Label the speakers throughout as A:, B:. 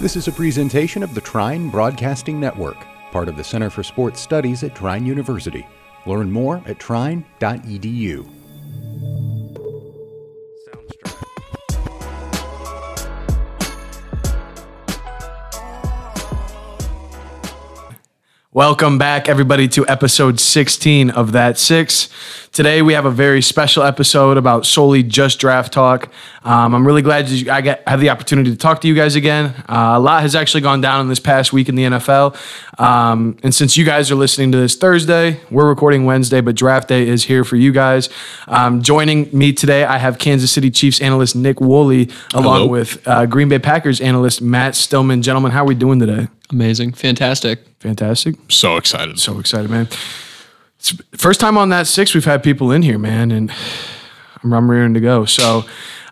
A: This is a presentation of the Trine Broadcasting Network, part of the Center for Sports Studies at Trine University. Learn more at E trine.edu.
B: Welcome back, everybody, to episode 16 of That Six. Today, we have a very special episode about solely just draft talk. Um, I'm really glad that you- I get, have the opportunity to talk to you guys again. Uh, a lot has actually gone down in this past week in the NFL. Um, and since you guys are listening to this Thursday, we're recording Wednesday, but draft day is here for you guys. Um, joining me today, I have Kansas City Chiefs analyst Nick Woolley, along
C: Hello.
B: with uh, Green Bay Packers analyst Matt Stillman. Gentlemen, how are we doing today?
D: Amazing. Fantastic.
B: Fantastic.
C: So excited.
B: So excited, man. It's first time on that six we've had people in here, man, and I'm, I'm rearing to go. So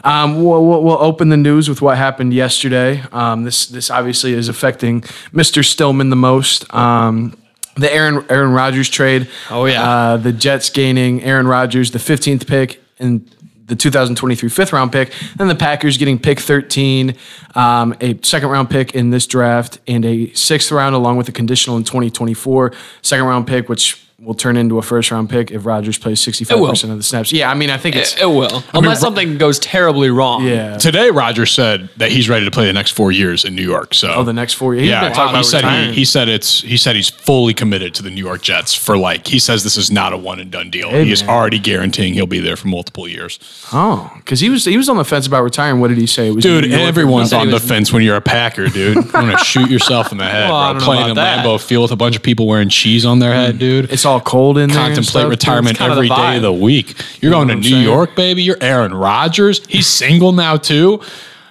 B: um, we'll, we'll, we'll open the news with what happened yesterday. Um, this this obviously is affecting Mr. Stillman the most. Um, the Aaron Aaron Rodgers trade.
D: Oh, yeah.
B: Uh, the Jets gaining Aaron Rodgers, the 15th pick, and the 2023 fifth round pick. Then the Packers getting pick 13, um, a second round pick in this draft, and a sixth round along with a conditional in 2024 second round pick, which will turn into a first round pick if Rodgers plays 65% of the snaps. Yeah, I mean, I think it's.
D: It, it will. Unless something goes terribly wrong.
B: yeah.
C: Today, Roger said that he's ready to play the next four years in New York. So,
B: Oh, the next four years. He's
C: yeah,
B: been talking
C: he
B: about
C: said he,
B: retiring.
C: he said it's he said he's fully committed to the New York Jets for like he says this is not a one and done deal. he is
B: man.
C: already guaranteeing he'll be there for multiple years.
B: Oh, because he was he was on the fence about retiring. What did he say? It was
C: Dude,
B: New York or
C: everyone's
B: nothing.
C: on
D: he
C: the
D: was-
C: fence when you're a Packer, dude. You're gonna shoot yourself in the head,
D: Well, I
C: bro.
D: don't know
C: Playing in
D: about that.
C: Lambeau Field with a bunch of people wearing cheese on their head, dude.
B: Mm. It's all cold in there. and
C: contemplate
B: stuff.
C: retirement
D: kinda
C: every
D: the
C: day
D: vibe.
C: of the week. You're going to
B: what I'm
C: New
B: saying?
C: York, baby. You're Aaron Rodgers. He's single now too.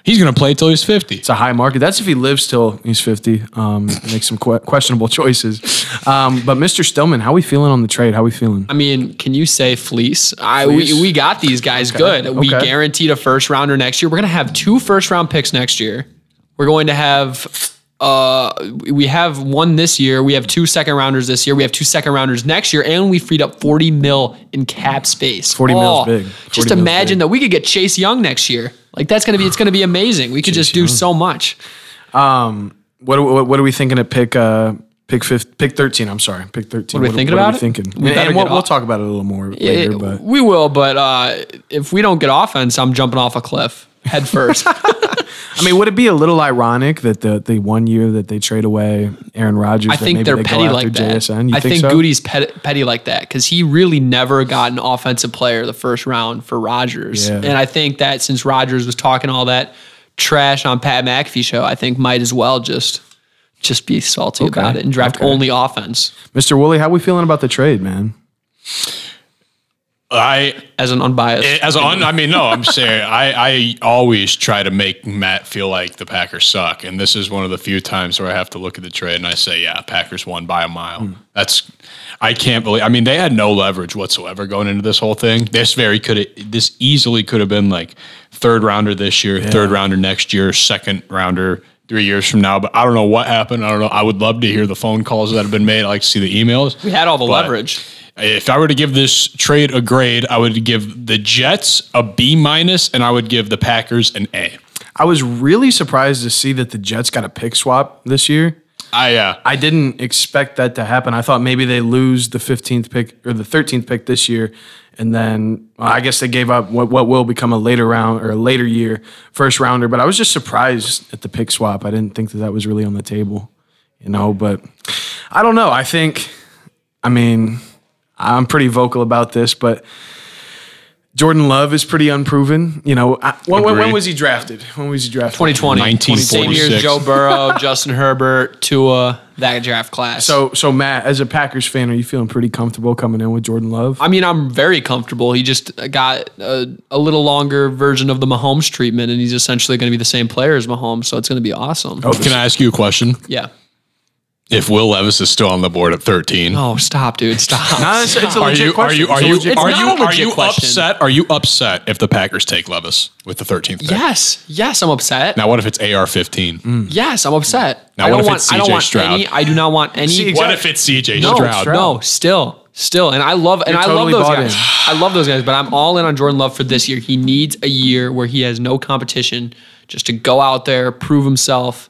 C: He's gonna play till he's fifty.
B: It's a high market. That's if he lives till he's 50, um, makes some que- questionable choices. Um, but Mr. Stillman, how we feeling on the trade? How we feeling?
D: I mean, can you say fleece? I,
B: Fleece?
D: we, we got these guys good. We
B: okay.
D: guaranteed a first rounder next year. We're going to have two first round picks next year. We're going to have. Uh, we have one this year. We have two second rounders this year. We have two second rounders next year, and we freed up forty mil in cap space.
B: 40 mil's big. 40
D: Just
B: mil's
D: imagine
B: big.
D: that we could get Chase Young next year. Like that's gonna be it's gonna be amazing. We could just do so much.
B: What are, what, what are we thinking to pick? Uh, pick fifth, pick 13. I'm sorry, pick 13.
D: What are we thinking
B: what
D: about
B: Are we
D: it?
B: thinking?
D: We
B: and
D: better
B: and we'll,
D: get
B: we'll
D: off-
B: talk about it a little more later.
D: It-
B: But
D: We will, but uh, if we don't get offense, I'm jumping off a cliff head first.
B: I mean, would it be a little ironic that the the one year that they trade away Aaron Rodgers,
D: I
B: that
D: think
B: maybe
D: they're
B: they go
D: petty
B: after
D: like that.
B: JSN? You
D: I think,
B: so?
D: Goody's pet, petty like that because he really never got an offensive player the first round for Rodgers,
B: Yeah.
D: and I think that since Rodgers was talking all that trash on Pat McAfee show, I think might as well just just be salty about it and draft only offense
B: Mr. Woolley, how we feeling about the trade, man?
C: I
D: as an unbiased.
C: Eh, as on I mean, no, I'm saying I, I always try to make Matt feel like the Packers suck. And this is one of the few times where I have to look at the trade and I say, Yeah, Packers won by a mile.
D: Hmm.
C: That's I can't believe I mean, they had no leverage whatsoever going into this whole thing. This very could this easily could have been like third rounder this year, third rounder next year, second rounder three years from now. But I don't know what happened. I don't know. I would love to hear the phone calls that have been made. I like to see the emails.
D: we had all the
C: But-
D: leverage.
C: if I were to give this trade a grade, I would give the Jets a B minus, and I would give the Packers an A.
B: I was really surprised to see that the Jets got a pick swap this year.
C: I uh,
B: I didn't expect that to happen. I thought maybe they lose the 15th pick or the 13th pick this year. And then well, I guess they gave up what, what will become a later round or a later year first rounder. But I was just surprised at the pick swap. I didn't think that that was really on the table, you know. But I don't know. I think, I mean, I'm pretty vocal about this, but Jordan Love is pretty unproven. You know, I, when, when, when
C: Agreed.
B: was he drafted? When was he drafted?
D: 2020,
C: 1946.
D: same year as Joe Burrow, Justin Herbert, Tua, that draft class.
B: So, so Matt, as a Packers fan, are you feeling pretty comfortable coming in with Jordan Love?
D: I mean, I'm very comfortable. He just got a, a little longer version of the Mahomes treatment, and he's essentially going to be the same player as Mahomes, so it's going to be awesome.
C: can I ask you a question?
D: Yeah.
C: If Will Levis is still on the board at thirteen,
D: Oh, stop, dude. Stop.
B: it's, it's a
C: are you are you are you
D: legit
C: are
D: question. It's not
C: you
D: a
C: are you
D: legit question.
C: upset? Are you upset if the Packers take Levis with the thirteenth?
D: yes. Yes, I'm upset.
C: Now, what if it's AR fifteen?
D: Yes, I'm upset.
C: Now,
D: I
C: what
D: don't
C: if
D: want,
C: it's
D: I don't
C: CJ
D: want
C: Stroud?
D: any. I do not want any.
B: See,
C: What
B: exactly.
C: if it's CJ
D: no,
C: Stroud?
D: no, still, still, and I love and I
B: totally
D: love
B: bought
D: those guys.
B: in.
D: I love those guys, but I'm all in on Jordan Love for this year. He needs a year where he has no competition, just to go out there, prove himself,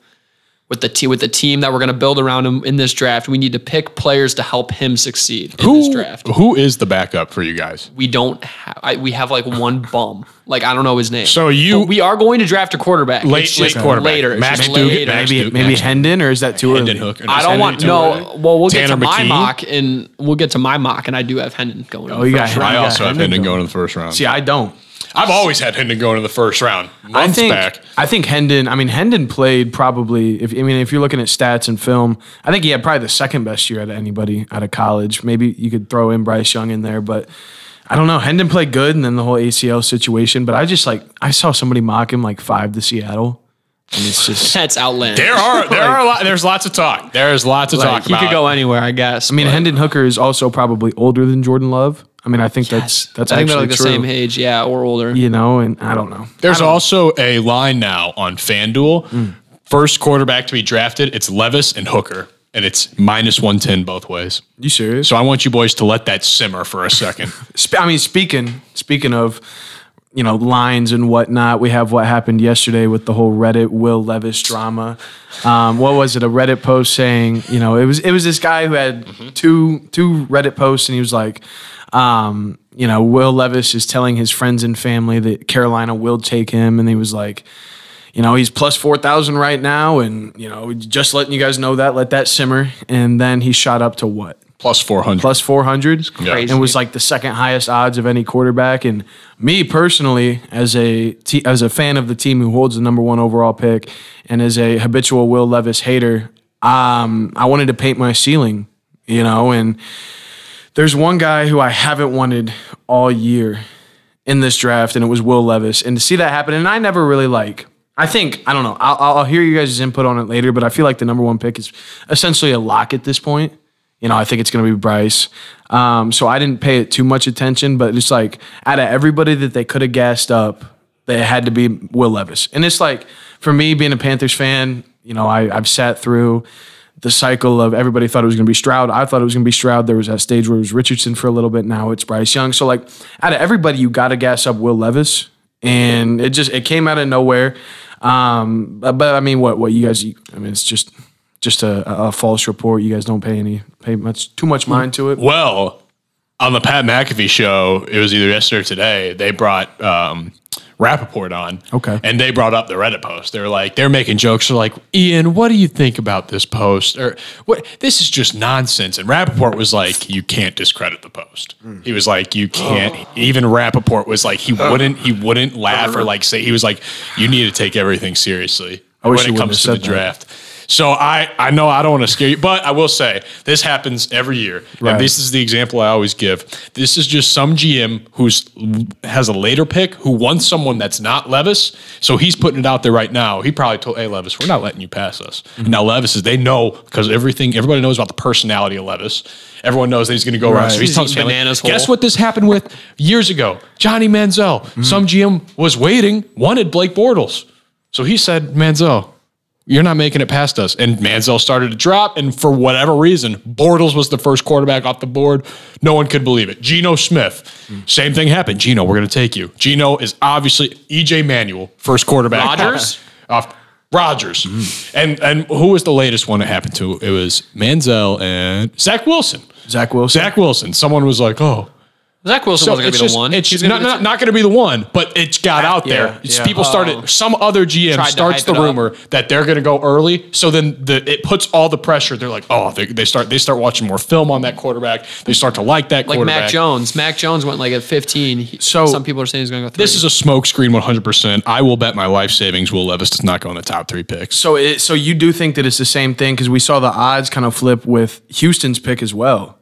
D: with the te- with the team that we're going to build around him in this draft. We need to pick players to help him succeed in this
C: Who,
D: draft.
C: who is the backup for you guys?
D: We don't have I, we have like one bum. Like I don't know his name.
C: So you-
D: But we are going to draft a quarterback.
C: Late-
D: It's just
C: late quarterback.
D: Later. It's
C: Max
D: just
C: Dugan,
D: later.
C: Max
B: Maybe
C: Duke
B: maybe
C: next.
B: Hendon, or is that too eoo
C: Hendon
B: early?
C: Hook. or
D: I don't
C: Hendon
D: want
C: too
D: no.
C: early?
D: Well, we'll get to
C: Tanner
D: my
C: McKee?
D: mock, and we'll get to my mock, and I do have Hendon going.
B: Oh, you got
C: I
B: Hendon. You got
C: also have Hendon going in the first round.
B: See, I don't.
C: I've always had Hendon going in the first round.
B: I
C: Months
B: think
C: back.
B: I think Hendon. I mean, Hendon played probably. If I mean, if you're looking at stats and film, I think he had probably the second best year out of anybody out of college. Maybe you could throw in Bryce Young in there, but I don't know. Hendon played good, and then the whole ACL situation. But I just like I saw somebody mock him like five to Seattle, and it's just.
D: That's outlandish.
C: There are there are a lot. There's lots of talk. There is lots of
B: Like,
C: talk
D: He
C: about.
D: could go anywhere, I guess.
B: I mean, Hendon Hooker is also probably older than Jordan Love. I mean, I think that's that's
D: I think they're
B: actually
D: like the
B: true.
D: same age, yeah, or older.
B: You know, and I don't Mm. know.
C: There's also a line now on FanDuel. First quarterback to be drafted. It's Levis and Hooker, and it's minus one ten both ways.
B: You serious?
C: So I want you boys to let that simmer for a second.
B: Sp- I mean, speaking speaking of, you know, lines and whatnot, we have what happened yesterday with the whole Reddit Will Levis drama. Um, what was it? A Reddit post saying, you know, it was it was this guy who had two two Reddit posts, and he was like. Um, you know, Will Levis is telling his friends and family that Carolina will take him, and he was like, you know, he's plus 4,000 right now. And, you know, just letting you guys know that, let that simmer. And then he shot up to what?
C: Plus four hundred.
B: plus 400
C: crazy.
B: and was like the second highest odds of any quarterback and me personally as a te- as a fan of the team who holds the number 1 overall pick and as a habitual Will Levis hater um I wanted to paint my ceiling you know and there's one guy who I haven't wanted all year in this draft, and it was Will Levis. And to see that happen, and I never really like. I think I don't know. I'll, I'll- I'll hear you guys' input on it later, but I feel like the number one pick is essentially a lock at this point. You know, I think it's going to be Bryce. Um, so I didn't pay it too much attention, but it's like out of everybody that they could have gassed up, they had to be Will Levis. And it's like for me being a Panthers fan, you know, I, I've sat through the cycle of everybody thought it was going to be Stroud. I thought it was going to be Stroud. There was that stage where it was Richardson for a little bit. Now it's Bryce Young. So like out of everybody, you got to gas up Will Levis, and it just it came out of nowhere. Um, but, but I mean, what what you guys? I mean, it's just just a, a false report. You guys don't pay any pay much too much mind to it.
C: Well, on the Pat McAfee show, it was either yesterday or today, they brought um, Rappaport on.
B: Okay.
C: And they brought up the Reddit post. They're like, they're making jokes. They're like, Ian, what do you think about this post? Or what? This is just nonsense. And Rappaport was like, you can't discredit the post.
B: Hmm.
C: He was like, you can't. Even Rappaport was like, he wouldn't, he wouldn't laugh or like say, he was like, you need to take everything seriously
B: wish
C: when
B: you
C: it
B: wouldn't
C: comes to
B: have
C: the
B: said that.
C: draft draft. So I, I know I don't want to scare you, but I will say this happens every year.
B: Right.
C: And this is the example I always give. This is just some GM who's has a later pick who wants someone that's not Levis. So he's putting it out there right now. He probably told, hey Levis, we're not letting you pass us.
B: Mm-hmm.
C: Now Levis is they know because everything everybody knows about the personality of Levis. Everyone knows that he's gonna go around.
B: Right.
C: So
D: He's
C: he's telling
D: eating
C: his family,
D: bananas whole.
C: Guess what this happened with years ago? Johnny Manziel.
B: Mm-hmm.
C: Some GM was waiting, wanted Blake Bortles. So he said, Manziel, you're not making it past us. And Manziel started to drop, and for whatever reason, Bortles was the first quarterback off the board. No one could believe it. Geno Smith, same thing happened. Geno, we're going to take you. Geno is obviously EJ Manuel, first quarterback. off-
D: Rodgers?
C: off Rodgers, and and who was the latest one it happened to? It was Manziel and Zach Wilson.
B: Zach Wilson.
C: Zach Wilson. Someone was like, "Oh,
D: Zach Wilson
C: so
D: wasn't going
C: it's
D: to be
C: just,
D: the one.
C: It's
D: He's
C: just
D: gonna
C: not,
D: be the
C: not, not going to be the one, but it got out there.
B: yeah,
C: It's-
B: yeah.
C: People started. Some other GM
D: Oh. Tried to
C: starts
D: hype
C: the
D: it up.
C: rumor that they're going to go early. So then the, it puts all the pressure. They're like, oh, they, they start they start watching more film on that quarterback. They start to like that
D: like
C: quarterback.
D: Mac Jones. Mac Jones went like at 15. He-
B: So-
D: some people are saying he's going to go. Three.
C: This is a smokescreen, one hundred percent. I will bet my life savings Will Levis does not go in the top three picks.
B: So it, so you do think that it's the same thing because we saw the odds kind of flip with Houston's pick as well.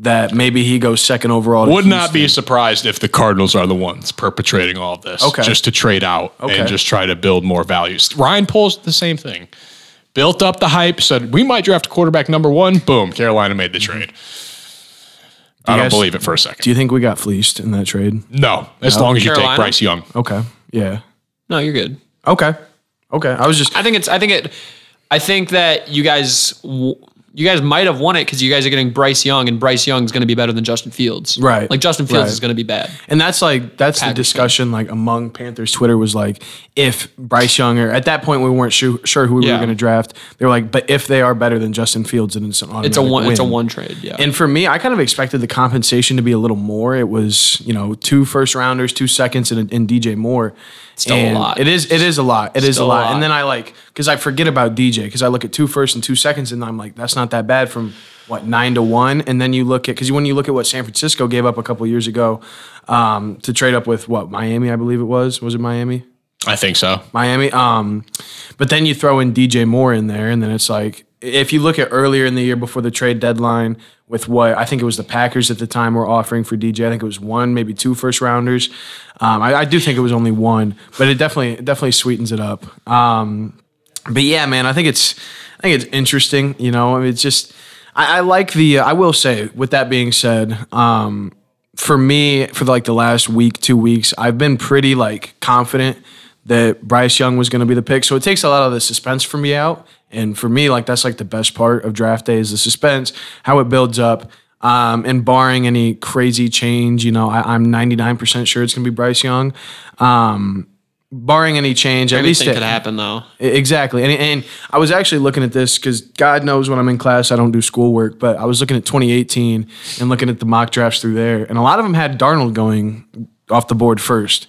B: That maybe he goes second overall. to
C: Would not
B: Houston.
C: be surprised if the Cardinals are the ones perpetrating all of this,
B: Okay.
C: just to trade out
B: Okay.
C: and just try to build more values. Ryan Poles the same thing, built up the hype, said we might draft quarterback number one. Boom, Carolina made the trade. I
B: you
C: don't
B: guys-
C: believe it for a
B: Do
C: second.
B: you think we got fleeced in that trade?
C: No, as long as you
D: Carolina?
C: take Bryce Young.
B: Okay. Yeah.
D: no, you're good.
B: Okay. Okay. I was just
D: I think it's. I think it. I think that you guys. w- you guys might have won it because you guys are getting Bryce Young, and Bryce Young's going to be better than Justin Fields.
B: Right.
D: Like Justin Fields
B: Right.
D: is going to be bad.
B: And that's like that's the discussion like among Panthers Twitter was like if Bryce Young or at that point we weren't sure, sure who we
D: Yeah.
B: were going to draft. They were like, but if they are better than Justin Fields, then it's an automatic
D: It's a one.
B: Win.
D: It's a one trade. Yeah.
B: And for me, I kind of expected the compensation to be a little more. It was you know two first rounders, two seconds, and, and DJ Moore.
D: Still a
B: And
D: lot.
B: It is. It is a lot. It is
D: Still
B: a
D: a
B: lot.
D: lot.
B: And then I like because I forget about DJ because I look at two first and two seconds, and I'm like, that's not that bad from what nine to one. And then you look at because when you look at what San Francisco gave up a couple years ago um, to trade up with what Miami, I believe it was. Was it Miami?
C: I think so.
B: Miami. Um, but then you throw in DJ Moore in there, and then it's like if you look at earlier in the year before the trade deadline with what I think it was the Packers at the time were offering for DJ. I think it was one, maybe two first rounders. Um, I, I do think it was only one, but it definitely it definitely sweetens it up. Um, but yeah, man, I think it's I think it's interesting. You know, I mean, it's just I, I like the. uh, I will say, with that being said, um, for me, for like the last week, two weeks, I've been pretty like confident that Bryce Young was going to be the pick. So it takes a lot of the suspense for me out, and for me, like that's like the best part of draft day is the suspense, how it builds up. Um, and barring any crazy change, you know, I, I'm 99% sure it's going to be Bryce Young. Um, barring any change, at least
D: Anything
B: it,
D: could happen though.
B: E, Exactly. And, and I was actually looking at this because God knows when I'm in class, I don't do schoolwork, but I was looking at 2018 and looking at the mock drafts through there. And a lot of them had Darnold going off the board first.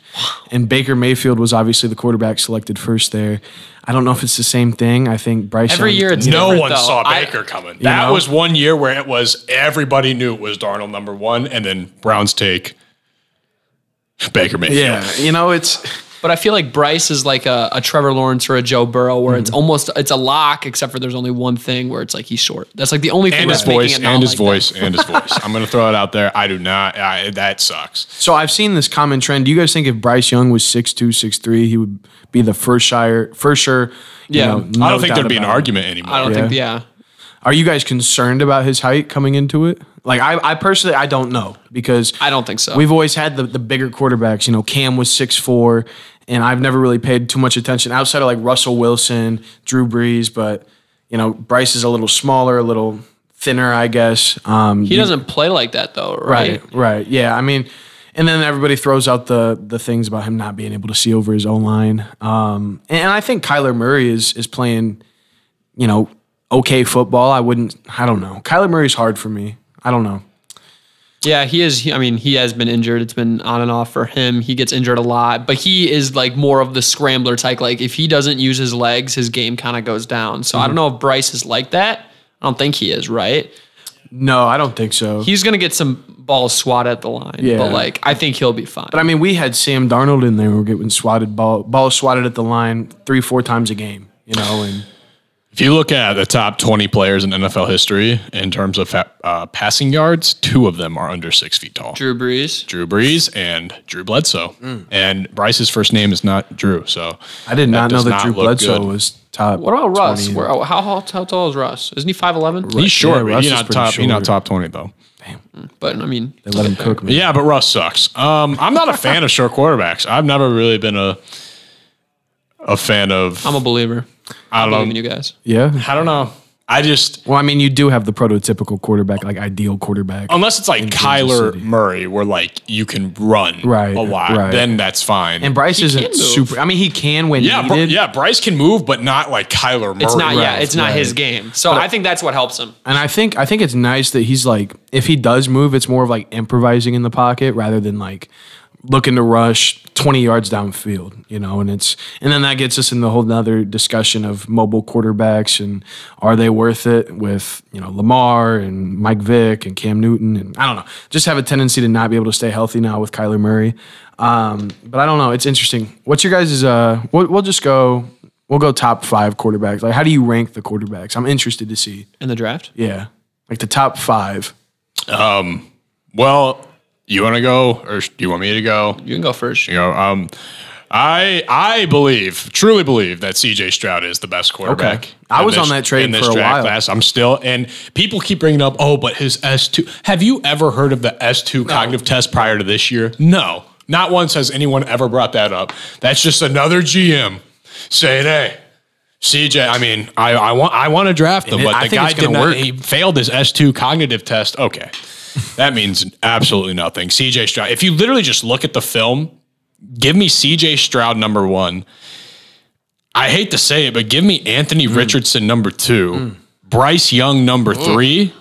B: And Baker Mayfield was obviously the quarterback selected first there. I don't know if it's the same thing. I think Bryce
D: Every
B: Young-
D: year it's
C: No
D: different,
C: one
D: though.
C: saw
D: I-
C: Baker coming. That
B: know?
C: was one year where it was everybody knew it was Darnold number one, and then Browns take Baker Mayfield.
B: Yeah. You know, it's.
D: But I feel like Bryce is like a, a Trevor Lawrence or a Joe Burrow, where
C: Mm-hmm.
D: it's almost it's a lock, except for there's only one thing where it's like he's short. That's like the only thing
C: And his
D: that's making
C: voice,
D: it not
C: and
D: like
C: his
D: that.
C: voice, and his voice. I'm gonna throw it out there. I do not. I, that sucks.
B: So I've seen this common trend. Do you guys think if Bryce Young was 6'2, 6'3, he would be the first shire, first sure? you
D: Yeah.
B: know,
C: I
B: no
C: don't think
B: doubt
C: there'd be an
B: about it.
C: argument anymore.
D: I don't think
B: Yeah.
D: yeah.
B: Are you guys concerned about his height coming into it? Like I, I personally, I don't know because
D: I don't think so.
B: We've always had the, the bigger quarterbacks. You know, Cam was six four, and I've never really paid too much attention outside of like Russell Wilson, Drew Brees. But you know, Bryce is a little smaller, a little thinner, I guess. Um,
D: he doesn't play like that though, right?
B: right, right, yeah. I mean, and then everybody throws out the the things about him not being able to see over his own line. Um, and, and I think Kyler Murray is is playing, you know, okay football. I wouldn't. I don't know. Kyler Murray's hard for me. I don't know.
D: Yeah, he is. He, I mean, he has been injured. It's been on and off for him. He gets injured a lot, but he is like more of the scrambler type. Like if he doesn't use his legs, his game kind of goes down.
C: Mm-hmm.
D: So I don't know if Bryce is like that. I don't think he is, right?
B: No, I don't think so.
D: He's gonna get some balls swat at the line,
B: Yeah.
D: but like I think he'll be fine.
B: But I mean, we had Sam Darnold in there. who were getting swatted ball, ball swatted at the line three, four times a game. You know, and
C: If you look at the top 20 players in NFL history in terms of fa- uh, passing yards, two of them are under six feet tall.
D: Drew Brees.
C: Drew Brees and Drew Bledsoe. And Bryce's first name is not Drew. So
B: I did not know
C: does
B: that
C: not
B: Drew
C: look
B: Bledsoe
C: good.
B: was top.
D: What about Russ?
B: 20.
D: Where, how, how, how tall is Russ? Isn't he five eleven?
C: he's short,
B: Yeah,
C: but
B: Russ
C: he's
B: is
C: not
B: pretty
C: top. He's not
B: short.
C: top 20 though.
D: But I mean,
B: They let him cook me.
C: Yeah, but Russ sucks. Um, I'm not a fan of short quarterbacks. I've never really been a a fan of.
D: I'm a believer.
C: I
D: I believe in
C: don't know.
D: you guys.
B: Yeah.
C: I don't know. I just
B: Well, I mean, you do have the prototypical quarterback, like ideal quarterback.
C: unless it's like
B: Kansas
C: Kyler
B: City.
C: Murray, where like you can run
B: Right,
C: a lot,
B: right.
C: then that's fine.
B: and Bryce
D: can
B: isn't
D: move.
B: super. I mean, he can when
C: yeah, Br-
B: needed.
C: yeah, Bryce can move, but not like Kyler Murray.
D: It's not yeah,
B: Right,
D: it's not
B: right.
D: his game. So I think that's what helps him.
B: And I think I think it's nice that he's like, if he does move, it's more of like improvising in the pocket rather than like looking to rush 20 yards downfield, you know, and it's and then that gets us in the whole nother discussion of mobile quarterbacks and are they worth it with, you know, Lamar and Mike Vick and Cam Newton and I don't know. Just have a tendency to not be able to stay healthy now with Kyler Murray. Um, but I don't know, it's interesting. What's your guys' uh we'll, we'll just go we'll go top 5 quarterbacks. Like how do you rank the quarterbacks? I'm interested to see.
D: In the draft?
B: Yeah. Like the top five.
C: Well, you want to go, or do you want me to go?
D: You can go first.
C: You know, um, I I believe, truly believe that C.J. Stroud is the best quarterback.
B: Okay. I
C: in
B: was on that trade
C: in
B: for a
C: draft
B: while.
C: I'm still, and people keep bringing up, oh, but his S two. Have you ever heard of the S two cognitive test prior to this year? No, not once has anyone ever brought that up. That's just another GM saying, hey, CJ, I mean, I, I want I want to draft them,
B: it-
C: but
B: I
C: the
B: think
C: guy
B: it's
C: did
B: gonna
C: not.
B: work.
C: He failed his S two cognitive test. Okay, that means absolutely nothing. CJ Stroud. If you literally just look at the film, give me CJ Stroud number one. I hate to say it, but give me Anthony Richardson number two, Bryce Young number three.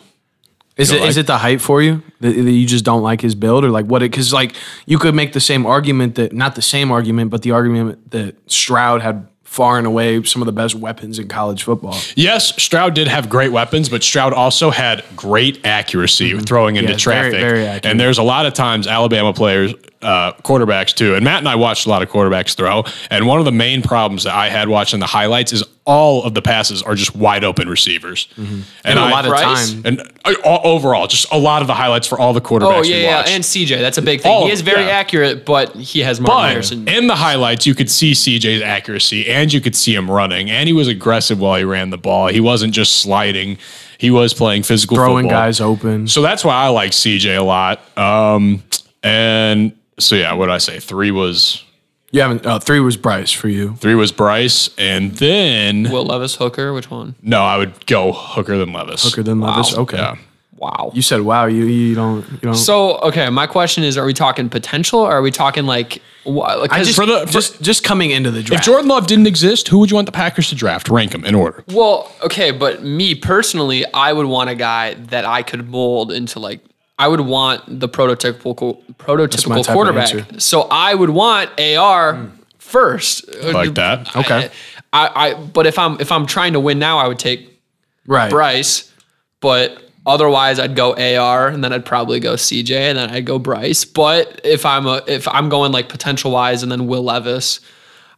B: Is it is
C: like-
B: it the hype for you that, that you just don't like his build or like what it? Because like you could make the same argument that not the same argument, but the argument that Stroud had far and away some of the best weapons in college football.
C: Yes, Stroud did have great weapons, but Stroud also had great accuracy throwing into
B: Mm-hmm. Yeah, very,
C: traffic.
B: very accurate.
C: and there's a lot of times Alabama players, uh, quarterbacks too. And Matt and I watched a lot of quarterbacks throw. And one of the main problems that I had watching the highlights is all of the passes are just wide open receivers.
B: Mm-hmm.
C: And,
B: a
C: I-
B: lot of
D: Bryce?
B: time.
C: and uh, o- overall, just a lot of the highlights for all the quarterbacks.
D: Oh
C: we
D: yeah, yeah,
C: watched.
D: and CJ, that's a big thing.
C: Oh,
D: he is very
C: yeah.
D: accurate, but he has Marvin
C: But
D: Harrison.
C: in the highlights, you could see CJ's accuracy and you could see him running. And he was aggressive while he ran the ball. He wasn't just sliding, he was playing physical
B: Throwing
C: football.
B: guys open.
C: So that's why I like CJ a lot. Um, and so, yeah, what did I say? Three was.
B: You haven't uh, three was Bryce for you.
C: Three was Bryce, and then
D: Will Levis Hooker, which one?
C: no, I would go Hooker than Levis.
B: Hooker than Levis. Okay.
C: Yeah.
D: Wow.
B: You said wow. You you don't you don't.
D: So okay, my question is: Are we talking potential? Or are we talking like? wha- Like,
B: I
D: 'cause-
B: just
C: for the- for-
B: just just coming into the
C: If
B: draft.
C: Jordan Love didn't exist, who would you want the Packers to draft? Rank them in order.
D: well, okay, but me personally, I would want a guy that I could mold into like. I would want the prototypical
B: my
D: prototypical
B: type of answer. Hmm.
D: quarterback. So I would want AR first.
C: Like that.
B: okay.
D: I, I but if I'm if I'm trying to win now, I would take
B: Right.
D: Bryce, but otherwise I'd go AR and then I'd probably go CJ and then I'd go Bryce. But if I'm a if I'm going like potential wise and then Will Levis,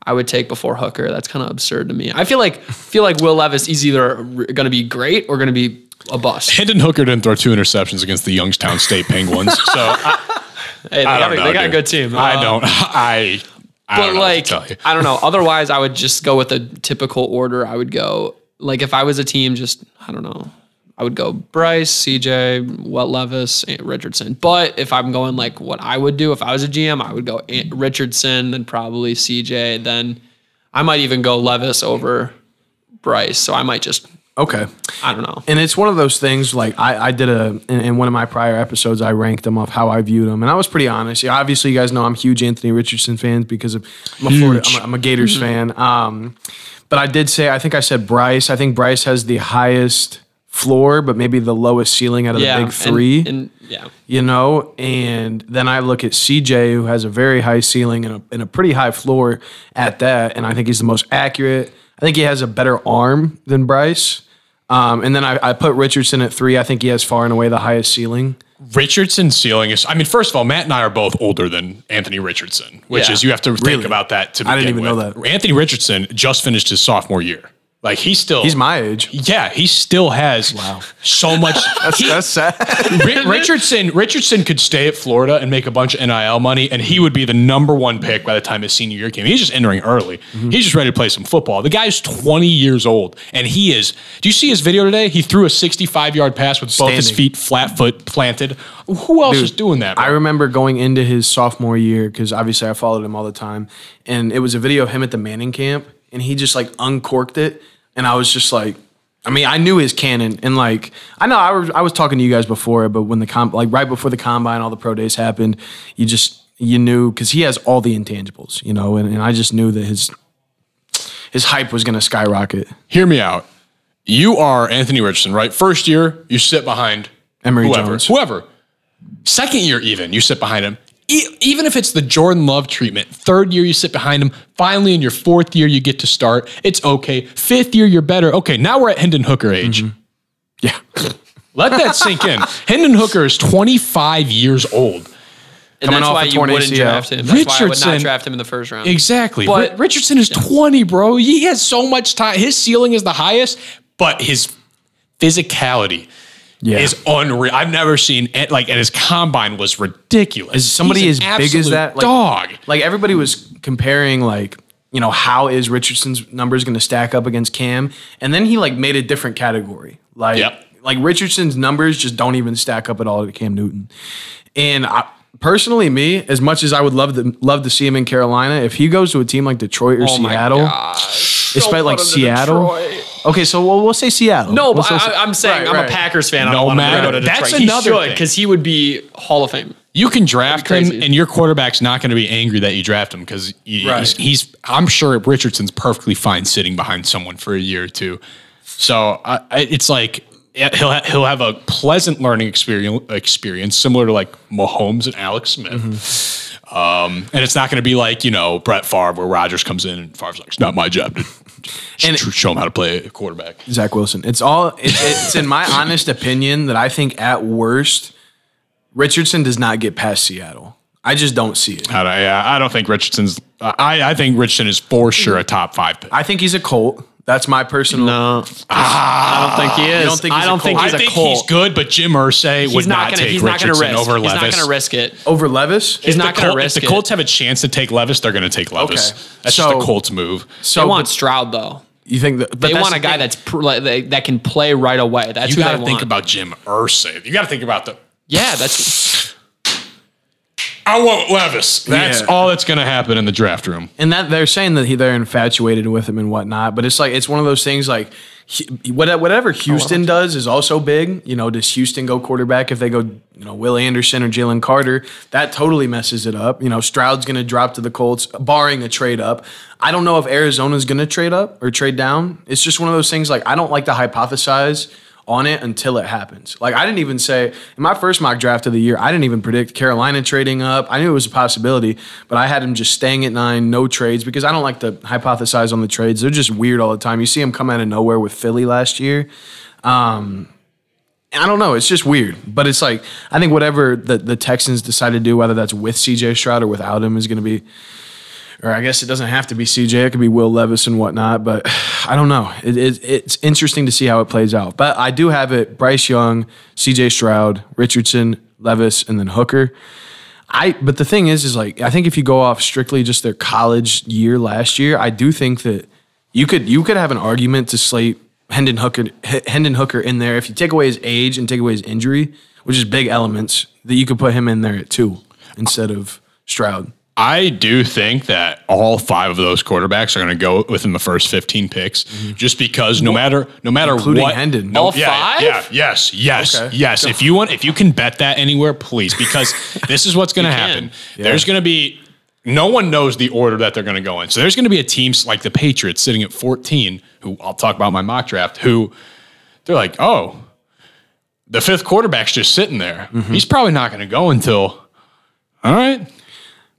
D: I would take before Hooker. That's kind of absurd to me. I feel like feel like Will Levis is either going to be great or going to be a bust.
C: Hendon Hooker didn't throw two interceptions against the Youngstown State Penguins, so I,
D: Hey, they,
C: I
D: got,
C: don't
D: a-
C: know,
D: they got a
C: dude.
D: good team.
C: I
D: Uh,
C: don't. I. I
D: But
C: don't know what to
D: like,
C: tell you.
D: I don't know. Otherwise, I would just go with a typical order. I would go like if I was a team, just I don't know. I would go Bryce, CJ, Wet Levis, and Richardson. But if I'm going like what I would do if I was a GM, I would go Ant- Richardson, then probably CJ, then I might even go Levis over Bryce. So I might just
B: Okay.
D: I don't know.
B: and it's one of those things like I, I did a in, in one of my prior episodes I ranked them off how I viewed them and I was pretty honest. Yeah, obviously you guys know I'm huge Anthony Richardson fan because of I'm a, Florida, I'm a, I'm a Gators fan.
D: Mm-hmm.
B: Um, but I did say I think I said Bryce. I think Bryce has the highest floor, but maybe the lowest ceiling out of
D: Yeah,
B: the
D: and-
B: big three
D: and yeah.
B: you know. And then I look at CJ, who has a very high ceiling and a, and a pretty high floor at that. And I think he's the most accurate. I think he has a better arm than Bryce. Um, and then I, I put Richardson at three. I think he has far and away the highest ceiling.
C: Richardson's ceiling is. I mean, first of all, Matt and I are both older than Anthony Richardson, which
D: Yeah.
C: is you have to think about that. To
B: I didn't
C: begin
B: even know
C: with.
B: that.
C: Anthony Richardson just finished his sophomore year. Like he's still
B: He's my age.
C: yeah he still has so much. he-
B: That's sad.
C: Ri- Richardson Richardson could stay at Florida and make a bunch of NIL money, and he would be the number one pick by the time his senior year came. He's just entering early.
B: Mm-hmm.
C: He's just ready to play some football. The guy's 20 years old, and he is. Do you see his video today? He threw a 65 yard pass with both his
B: Standing.
C: feet flat foot planted. Who else is doing that?
B: I
C: bro?
B: remember going into his sophomore year because obviously I followed him all the time, and it was a video of him at the Manning camp, and he just like uncorked it, and I was just like, I mean, I knew his cannon, and like I know I was I was talking to you guys before, but when the comp like right before the combine, all the pro days happened, you just you knew because he has all the intangibles, you know, and, and I just knew that his his hype was gonna skyrocket.
C: Hear me out. You are Anthony Richardson, right? First year, you sit behind
B: Emory
C: whoever,
B: Jones.
C: whoever. Second year, even you sit behind him. E- even if it's the Jordan Love treatment, third year you sit behind him. Finally, in your fourth year, you get to start. It's okay. Fifth year, you're better. Okay, now we're at Hendon Hooker age.
B: Yeah,
C: Let that sink in. Hendon Hooker is 25 years old.
D: And
B: Coming
D: that's
B: off
D: why
B: a
D: you
B: torn
D: wouldn't
B: ACL.
D: draft him. That's why I would
C: Richardson-
D: not draft him in the first round.
C: Exactly.
D: But-
C: Ri- Richardson is 20, bro. He has so much time. His ceiling is the highest, but his physicality
B: yeah.
C: is unreal. I've never seen it like, and his combine was ridiculous.
B: Is somebody
C: He's
B: as
C: an
B: big as
C: absolute
B: that? Like,
C: dog.
B: Like everybody was comparing, like you know, how is Richardson's numbers going to stack up against Cam? And then he like made a different category. Like
C: Yep.
B: like Richardson's numbers just don't even stack up at all to Cam Newton. And I, personally, me as much as I would love to love to see him in Carolina, if he goes to a team like Detroit or
D: Oh my
B: Seattle, despite like
D: wanted to
B: Seattle.
D: Detroit.
B: Okay, so we'll, we'll say Seattle.
D: No,
B: We'll
D: but
B: say-
D: I, I- I'm saying
B: Right,
D: I'm
B: right.
D: a Packers fan. I
C: No
D: don't want him to
C: matter.
D: go to Detroit.
C: That's
D: He
C: another
D: should
C: thing.
D: because he would be Hall of Fame.
C: You can draft
D: That'd be
C: him,
D: crazy.
C: and your quarterback's not going to be angry that you draft him because he's,
B: Right.
C: he's. I'm sure Richardson's perfectly fine sitting behind someone for a year or two. So I, I, it's like yeah, he'll ha- he'll have a pleasant learning experience, experience similar to like Mahomes and Alex Smith.
D: Mm-hmm.
C: Um, and it's not going to be like you know Brett Favre where Rogers comes in and Favre's like, "It's not my job to
B: And-
C: sh- show him how to play quarterback."
B: Zach Wilson. It's all. It's, it's in my honest opinion that I think at worst, Richardson does not get past Seattle. I just don't see it.
C: I don't, yeah, I don't think Richardson's. I I think Richardson is for
D: Mm-hmm.
C: sure a top five pick.
B: I think he's a Colt. That's my personal.
D: No, I don't think he is.
B: don't think he's
D: I
B: a
D: don't think
B: Colt?
D: he's
C: I
D: a
C: Ah. think
D: Colt.
C: he's good, but Jim Irsay would
D: He's
C: not,
D: not gonna.
C: take
D: He's not
C: Richardson
D: gonna risk.
C: over
D: he's
C: Levis.
D: not gonna risk it.
B: Over Levis.
D: He's not
C: The
D: gonna
C: Col-
D: risk
C: If the
D: it.
C: Colts have a chance to take Levis, they're going to take Levis.
B: Okay.
C: That's
B: So-
C: just a Colts move.
B: so
D: They want Stroud though.
B: you think that, but
D: They
B: that's
D: want
B: the
D: a guy
B: thing.
D: that's pr- like, they, that can play right away. That's who
C: You
D: they
C: got to
D: want.
C: think about Jim Irsay. You got to think about the.
D: yeah, that's
C: I want Levis. That's
B: Yeah.
C: all that's going to happen in the draft room.
B: and that they're saying that he, they're infatuated with him and whatnot. But it's like it's one of those things like he, what- whatever Houston does is also big. You know, does Houston go quarterback if they go you know Will Anderson or Jalen Carter? That totally messes it up. You know, Stroud's going to drop to the Colts, barring a trade up. I don't know if Arizona's going to trade up or trade down. It's just one of those things like I don't like to hypothesize on it until it happens. Like I didn't even say in my first mock draft of the year, I didn't even predict Carolina trading up. I knew it was a possibility, but I had him just staying at nine, no trades because I don't like to hypothesize on the trades. They're just weird all the time. You see them come out of nowhere with Philly last year. Um, I don't know. It's just weird, but it's like I think whatever the the Texans decide to do, whether that's with CJ Stroud or without him, is going to be. Or I guess it doesn't have to be CJ. It could be Will Levis and whatnot. But I don't know. It, it, it's interesting to see how it plays out. But I do have it: Bryce Young, CJ Stroud, Richardson, Levis, and then Hooker. I but the thing is, is like I think if you go off strictly just their college year last year, I do think that you could you could have an argument to slate Hendon Hooker H- Hendon Hooker in there if you take away his age and take away his injury, which is big elements that you could put him in there at two instead of Stroud.
C: I do think that all five of those quarterbacks are going to go within the first 15 picks, just because no matter no matter
B: Mm-hmm. Including
C: what,
B: Hendon.
C: no,
D: All
C: yeah,
D: five?
C: yeah, yes, yes,
B: Okay.
C: yes. If you want, if you can bet that anywhere, please, because this is what's going to
D: can.
C: happen. There's going to be no one knows the order that they're going to go in, so there's going to be a team like the Patriots sitting at 14, who I'll talk about in my mock draft, who they're like, oh, the fifth quarterback's just sitting there.
B: Mm-hmm.
C: He's probably not going to go until. All right.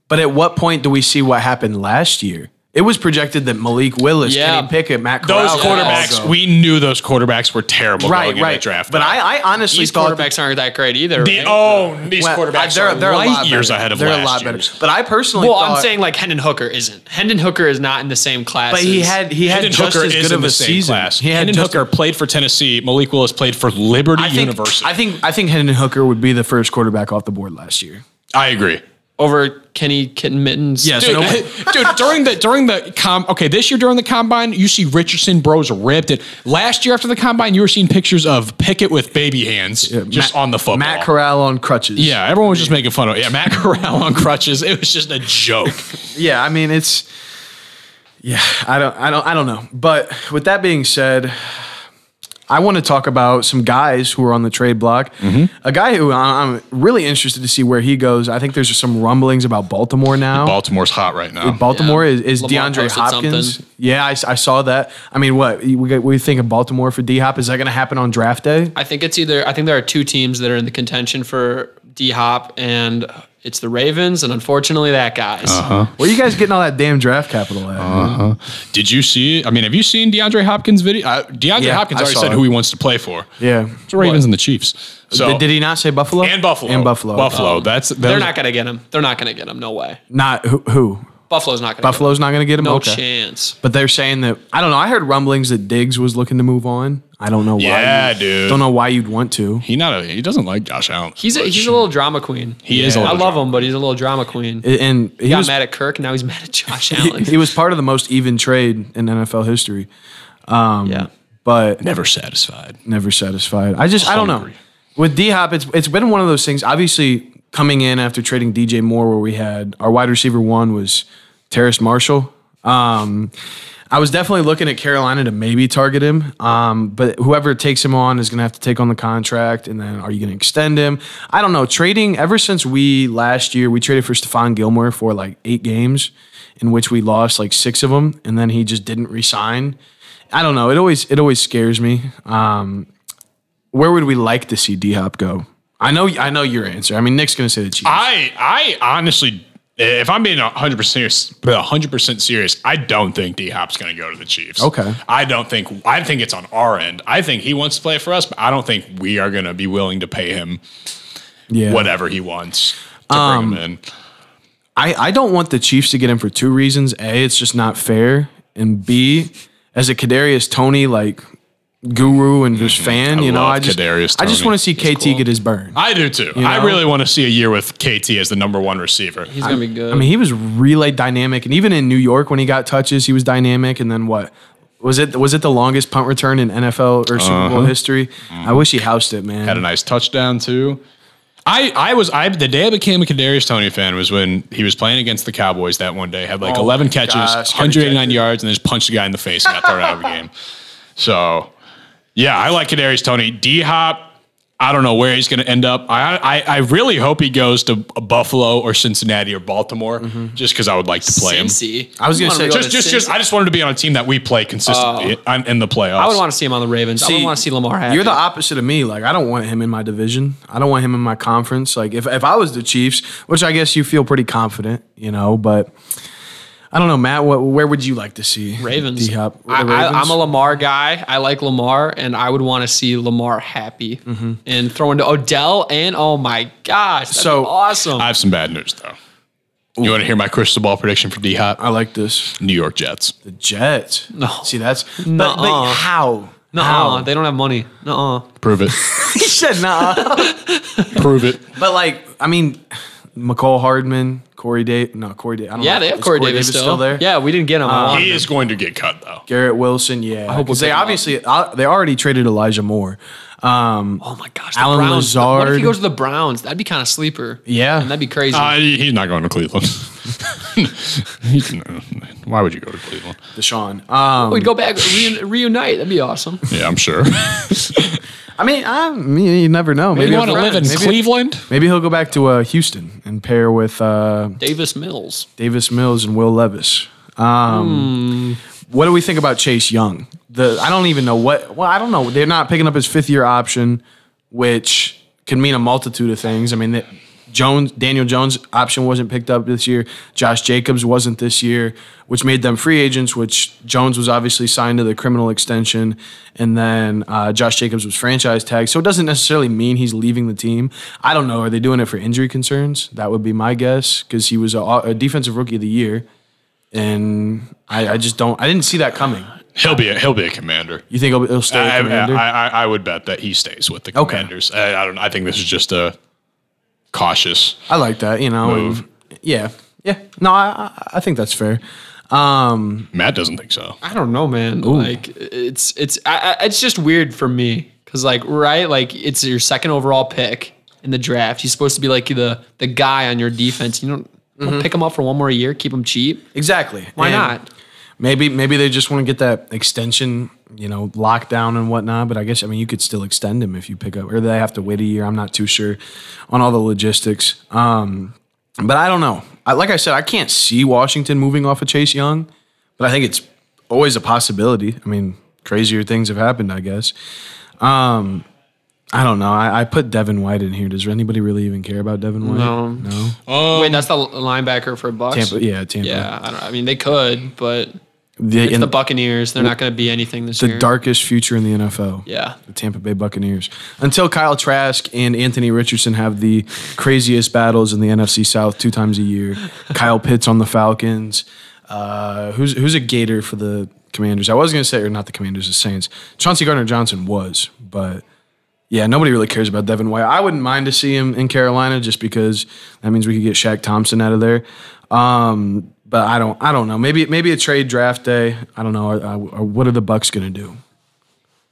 B: But at what point do we see what happened last year? It was projected that Malik Willis,
D: Yeah.
B: Kenny Pickett, Matt Corral,
C: Those
B: could all
C: quarterbacks,
B: go.
C: we knew those quarterbacks were terrible
B: right,
C: going in
B: right.
C: the draft.
B: but I, I honestly
D: these
B: thought that
D: quarterbacks aren't that great either.
C: the,
D: right?
C: oh, these
B: Well,
C: quarterbacks
B: they're,
C: are
B: they're a lot
C: light years
B: better.
C: ahead of
B: they're
C: last
B: a lot
C: year's.
B: better. But I personally,
D: well,
B: thought,
D: I'm saying like Hendon Hooker isn't. Hendon Hooker is not in the same class.
B: but he had he had
C: Hendon
B: just
C: Hooker
B: as
C: is
B: good
C: in
B: of
C: the
B: a
C: same
B: season.
C: class.
B: He had
C: Hendon
B: just-
C: Hooker played for Tennessee. Malik Willis played for Liberty
B: I think,
C: University.
B: I think I think Hendon Hooker would be the first quarterback off the board last year.
C: I agree.
D: over Kenny Kitten Mittens.
B: Yes.
C: Dude,
B: No way.
C: dude, during the during the com okay, this year during the combine, you see Richardson bros ripped it. Last year after the combine, you were seeing pictures of Pickett with baby hands
B: Matt-
C: just on the football.
B: Matt Corral on crutches.
C: Yeah, everyone was just making fun of it. Yeah, Matt Corral on crutches. It was just a joke.
B: yeah. I mean, it's yeah. I don't I don't I don't know. But with that being said. I want to talk about some guys who are on the trade block.
C: Mm-hmm.
B: A guy who I- I'm really interested to see where he goes. I think there's some rumblings about Baltimore now.
C: Baltimore's hot right now.
B: Baltimore
D: Yeah.
B: is, is
D: Lamar
B: DeAndre
D: posted
B: Hopkins.
D: something.
B: Yeah, I, s- I saw that. I mean, what we got, we think of Baltimore for D Hop? Is that going to happen on draft day?
D: I think it's either I think there are two teams that are in the contention for D Hop and it's the Ravens and unfortunately that guy's.
B: Where you guys getting all that damn draft capital at?
C: Uh-huh. Did you see? I mean, have you seen DeAndre Hopkins' video? Uh, DeAndre
B: Yeah,
C: Hopkins
B: I
C: already
B: saw
C: said
B: it.
C: who he wants to play for.
B: Yeah.
C: It's the Ravens and the Chiefs. So
B: Did, did he not say Buffalo?
C: and Buffalo
B: And Buffalo.
C: Buffalo. that's
D: They're not gonna get him. They're not gonna get him. No way.
B: Not who? who?
D: Buffalo's not gonna.
B: Buffalo's not going to get him.
D: Get him. No
B: okay.
D: chance.
B: But they're saying that I don't know. I heard rumblings that Diggs was looking to move on. I don't know why.
C: Yeah,
B: you-
C: dude.
B: Don't know why you'd want to.
C: He not. A, he doesn't like Josh Allen.
D: He's a, he's a little drama queen.
C: He is a
D: I
C: little
D: love
C: drama
D: him, but he's a little drama queen. He,
B: And he
D: got
B: was
D: mad at Kirk. Now he's mad at Josh
B: he,
D: Allen.
B: he was part of the most even trade in NFL history,
D: yeah.
B: but
C: never satisfied.
B: never satisfied. I just I don't know.
C: Hungry.
B: With D Hop, it's it's been one of those things. Obviously, coming in after trading DJ Moore, where we had our wide receiver one was Terrace Marshall. Um, I was definitely looking at Carolina to maybe target him, um, but whoever takes him on is going to have to take on the contract, and then are you going to extend him? I don't know. Trading ever since we last year we traded for Stephon Gilmore for like eight games, in which we lost like six of them, and then he just didn't resign. I don't know. It always it always scares me. Um, where would we like to see D Hop go? I know I know your answer. I mean, Nick's going to say the Chiefs.
C: I I honestly, if I'm being 100 percent serious, 100 percent serious, I don't think D Hop's going to go to the Chiefs.
B: Okay.
C: I don't think. I think it's on our end. I think he wants to play for us, but I don't think we are going to be willing to pay him
B: yeah.
C: whatever he wants to bring him in.
B: I, I don't want the Chiefs to get him for two reasons. A, it's just not fair. And B, as a Kadarius Tony like guru and just fan,
C: Mm-hmm. I
B: you know,
C: love
B: I just
C: Kadarius
B: I just
C: Toney.
B: want to see KT get his burn. I,
C: I do too.
B: You
C: I
B: know?
C: really want to see a year with KT as the number one receiver.
D: He's gonna be good.
B: mean, he was relay dynamic, and even in New York when he got touches, he was dynamic. And then what was it? Was it the longest punt return in NFL or Super Bowl history? I wish he housed it, man.
C: Uh-huh. Mm-hmm. had a nice touchdown too. I, I was I the day I became a Kadarius Tony fan was when he was playing against the Cowboys that one day had like
B: Oh
C: 11
B: my
C: catches,
B: gosh, got
C: 189
B: rejected.
C: yards, and just punched a guy in the face and got thrown out of the game. So yeah, I like Kadarius Tony. D Hop, I don't know where he's going to end up. I, I I really hope he goes to Buffalo or Cincinnati or Baltimore,
B: Mm-hmm.
C: just because I would like to play him.
D: Cincy.
B: I was gonna
D: You wanna
B: say-
D: go
C: Just
D: to
C: just just
D: Cincy?
C: I just wanted to be on a team that we play consistently in- in the playoffs.
D: I would want to see him on the Ravens. I would want to see Lamar. Happy.
B: You're the opposite of me. Like I don't want him in my division. I don't want him in my conference. Like if, if I was the Chiefs, which I guess you feel pretty confident, you know, but I don't know, Matt. What where would you like to see
D: Ravens.
B: D-Hop? The
D: I,
B: Ravens?
D: I, I'm a Lamar guy. I like Lamar, and I would want to see Lamar happy
B: Mm-hmm.
D: and throw into Odell. And oh my gosh, that'd
B: So,
D: be awesome!
C: I have some bad news though. You want to hear my crystal ball prediction for D Hop?
B: I like this.
C: New York Jets.
B: The Jets.
D: No.
B: See that's but,
D: Nuh-uh.
B: but how?
D: no,
B: How?
D: they don't have money. No,
C: Prove it.
B: he said nah.
C: Prove it.
B: but like, I mean, McCole Hardman, Corey Day. No, Corey Day. I don't
D: yeah,
B: know.
D: they have
B: Is
D: Corey, Davis, still.
B: there. Uh,
D: Yeah, we didn't get him. I want
C: He
D: him.
C: is going to get cut though.
B: Garrett Wilson. Yeah.
D: hope we'll
B: 'Cause they
D: pick him up.
B: obviously uh, they already traded Elijah Moore. Um,
D: Oh my gosh, the
B: Alan
D: Browns. What if
B: Lazard.
D: he goes to the Browns? That'd be kind of sleeper.
B: Yeah.
D: and that'd be crazy.
C: Uh, he- he's not going to Cleveland. He's- no, Why would you go to Cleveland?
B: Deshaun. Um,
D: We'd go back reun- reunite. That'd be awesome.
C: Yeah, I'm sure.
B: I mean, I mean, you never know. Maybe, he'll- maybe-
C: Cleveland?
B: Maybe he'll go back to uh, Houston and pair with uh,
D: Davis Mills.
B: Davis Mills and Will Levis. Um, What do we think about Chase Young? The I don't even know what. Well, I don't know. They're not picking up his fifth year option, which can mean a multitude of things. I mean, that Jones, Daniel Jones option wasn't picked up this year. Josh Jacobs wasn't this year, which made them free agents. Which Jones was obviously signed to the criminal extension, and then uh, Josh Jacobs was franchise tagged. So it doesn't necessarily mean he's leaving the team. I don't know. Are they doing it for injury concerns? That would be my guess because he was a, a defensive rookie of the year and I, I just don't. I didn't see that coming.
C: He'll be a, he'll be a commander.
B: You think it'll, it'll stay with
C: I, I,
B: Commander?
C: I, I would bet that he stays with the
B: Okay.
C: Commanders. I, I don't. I think this is just a cautious.
B: I like that. You know, and-
C: Move.
B: yeah, yeah. No, I, I- I think that's fair. Um,
C: Matt doesn't think so.
D: I don't know, man. Like it's it's I, I, it's just weird for me because like right, like it's your second overall pick in the draft. He's supposed to be like the the guy on your defense. You don't, you
B: Mm-hmm.
D: don't pick him up for one more year, keep him cheap.
B: exactly.
D: Why
B: And
D: not?
B: Maybe maybe they just want to get that extension, you know, lockdown and whatnot. But I guess I mean you could still extend him if you pick up, or they have to wait a year. I'm not too sure on all the logistics. Um, but I don't know. I, like I said, I can't see Washington moving off of Chase Young, but I think it's always a possibility. I mean, crazier things have happened, I guess. Um, I don't know. I, I put Devin White in here. Does anybody really even care about Devin White?
D: No.
B: no.
D: Um,
B: Um,
D: Wait, that's the linebacker for Bucks.
B: Tampa, yeah, Tampa.
D: Yeah, I don't. I mean, they could, but
B: the,
D: it's
B: in
D: the Buccaneers. They're not going to be anything this
B: the
D: year.
B: darkest future in the NFL.
D: Yeah.
B: the Tampa Bay Buccaneers. Until Kyle Trask and Anthony Richardson have the craziest battles in the NFC South two times a year. Kyle Pitts on the Falcons. Uh, who's who's a Gator for the Commanders? I was gonna say, or not the Commanders, the Saints. Chauncey Gardner Johnson was, but yeah, nobody really cares about Devin White. I wouldn't mind to see him in Carolina just because that means we could get Shaq Thompson out of there. Um, but I don't, I don't know. Maybe maybe a trade draft day. I don't know. Are- are- are- what are the Bucks gonna do?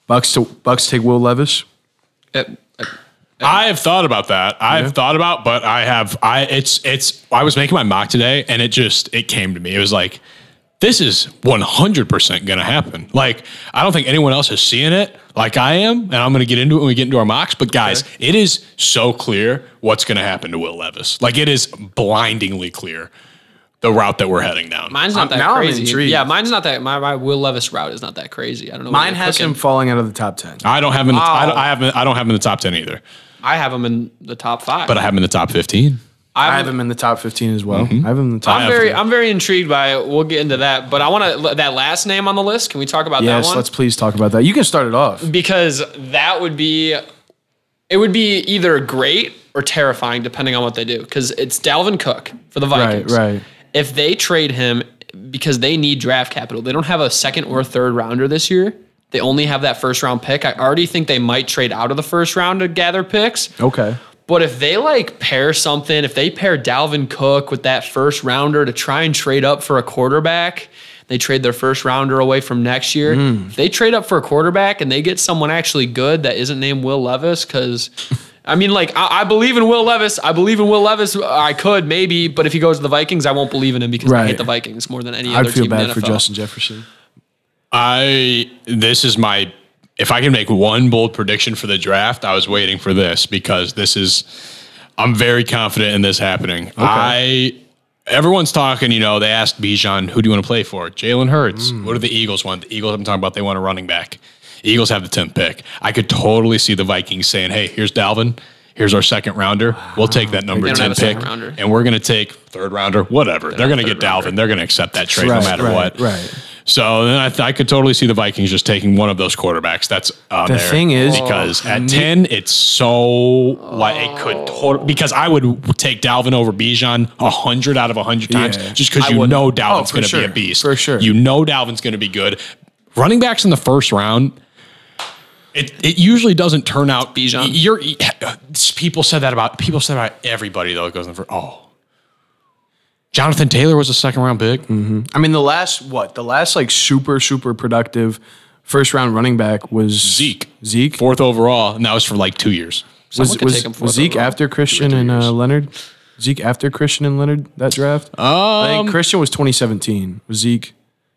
B: Bucks to Bucks take Will Levis.
D: Uh,
C: I have thought about that. I've thought about, but I have I it's it's I was making my mock today and it just it came to me. It was like this is 100% going to happen. Like, I don't think anyone else is seeing it like I am. And I'm going to get into it when we get into our mocks. But guys, it is so clear what's going to happen to Will Levis. Like, it is blindingly clear the route that we're heading down.
D: Mine's not
B: I'm-
D: that
B: now I'm
D: crazy.
B: intrigued.
D: yeah, mine's not that. My, my Will Levis route is not that crazy. I don't know. what
B: Mine
D: they're
B: has
D: cooking.
B: him falling out of the top ten.
C: I don't have him. In the, I, don't,
D: Wow.
C: I haven't. I don't have him in the top ten either.
D: I have him in the top five.
C: But I have him in the top fifteen.
B: I have him in the top fifteen as well.
C: Mm-hmm.
B: I have him in the top.
D: I'm very, I'm very intrigued by it. We'll get into that, but I want to that last name on the list. Can we talk about that
B: yes,
D: one?
B: let's please talk about that. You can start it off.
D: because that would be, it would be either great or terrifying depending on what they do. Because it's Dalvin Cook for the
B: Right,
D: Vikings.
B: right.
D: If they trade him because they need draft capital, they don't have a second or third rounder this year. They only have that first round pick. I already think they might trade out of the first round to gather picks.
B: Okay.
D: But if they like pair something, if they pair Dalvin Cook with that first rounder to try and trade up for a quarterback, they trade their first rounder away from next year.
B: Hmm.
D: If they trade up for a quarterback and they get someone actually good that isn't named Will Levis, because I mean, like, I, I believe in Will Levis. I believe in Will Levis. I could maybe, but if he goes to the Vikings, I won't believe in him because I
B: Right.
D: hate the Vikings more than any other
B: I'd feel
D: team in
B: bad
D: the
B: for
D: NFL.
B: Justin Jefferson.
C: I this is my if I can make one bold prediction for the draft, I was waiting for this because this is I'm very confident in this happening. I everyone's talking, you know, they asked Bijan, who do you want to play for? Jalen Hurts.
D: Hmm.
C: What do the Eagles want? The Eagles I'm talking about they want a running back. Eagles have the 10th pick. I could totally see the Vikings saying, "Hey, here's Dalvin. Here's our second rounder. We'll take that number
D: They don't
C: 10
D: have a
C: pick
D: second rounder.
C: and we're going to take third rounder, whatever. They're, going to get Dalvin. They're going to accept that trade
B: Right,
C: no matter
B: right,
C: what."
B: right.
C: So then I, th- I could totally see the Vikings just taking one of those quarterbacks. That's on
B: The
C: there.
B: thing is-
C: because at ten, it's so like it could total because I would take Dalvin over Bijan hundred out of hundred times
B: Yeah.
C: just because
B: I
C: you
B: wouldn't.
C: know
B: Oh,
C: Dalvin's
B: for
C: going to
B: sure.
C: be a beast
B: For sure.
C: You know Dalvin's going to be good. Running backs in the first round. It, it usually doesn't turn out.
D: Bijan.
C: y- You're, y- people said that about people said about everybody though. It goes in for oh, Jonathan Taylor was a second round pick.
B: I mean, the last what? The last like super super productive first round running back was
C: Zeke.
B: Zeke
C: fourth overall, and that was for like two years.
B: was
D: Someone could
B: was,
D: take him for
B: was
D: the
B: Zeke
D: run.
B: after Christian and uh, Leonard. Zeke after Christian and Leonard that draft.
C: Um,
B: I
C: Uh,
B: think Christian was 2017. Was Zeke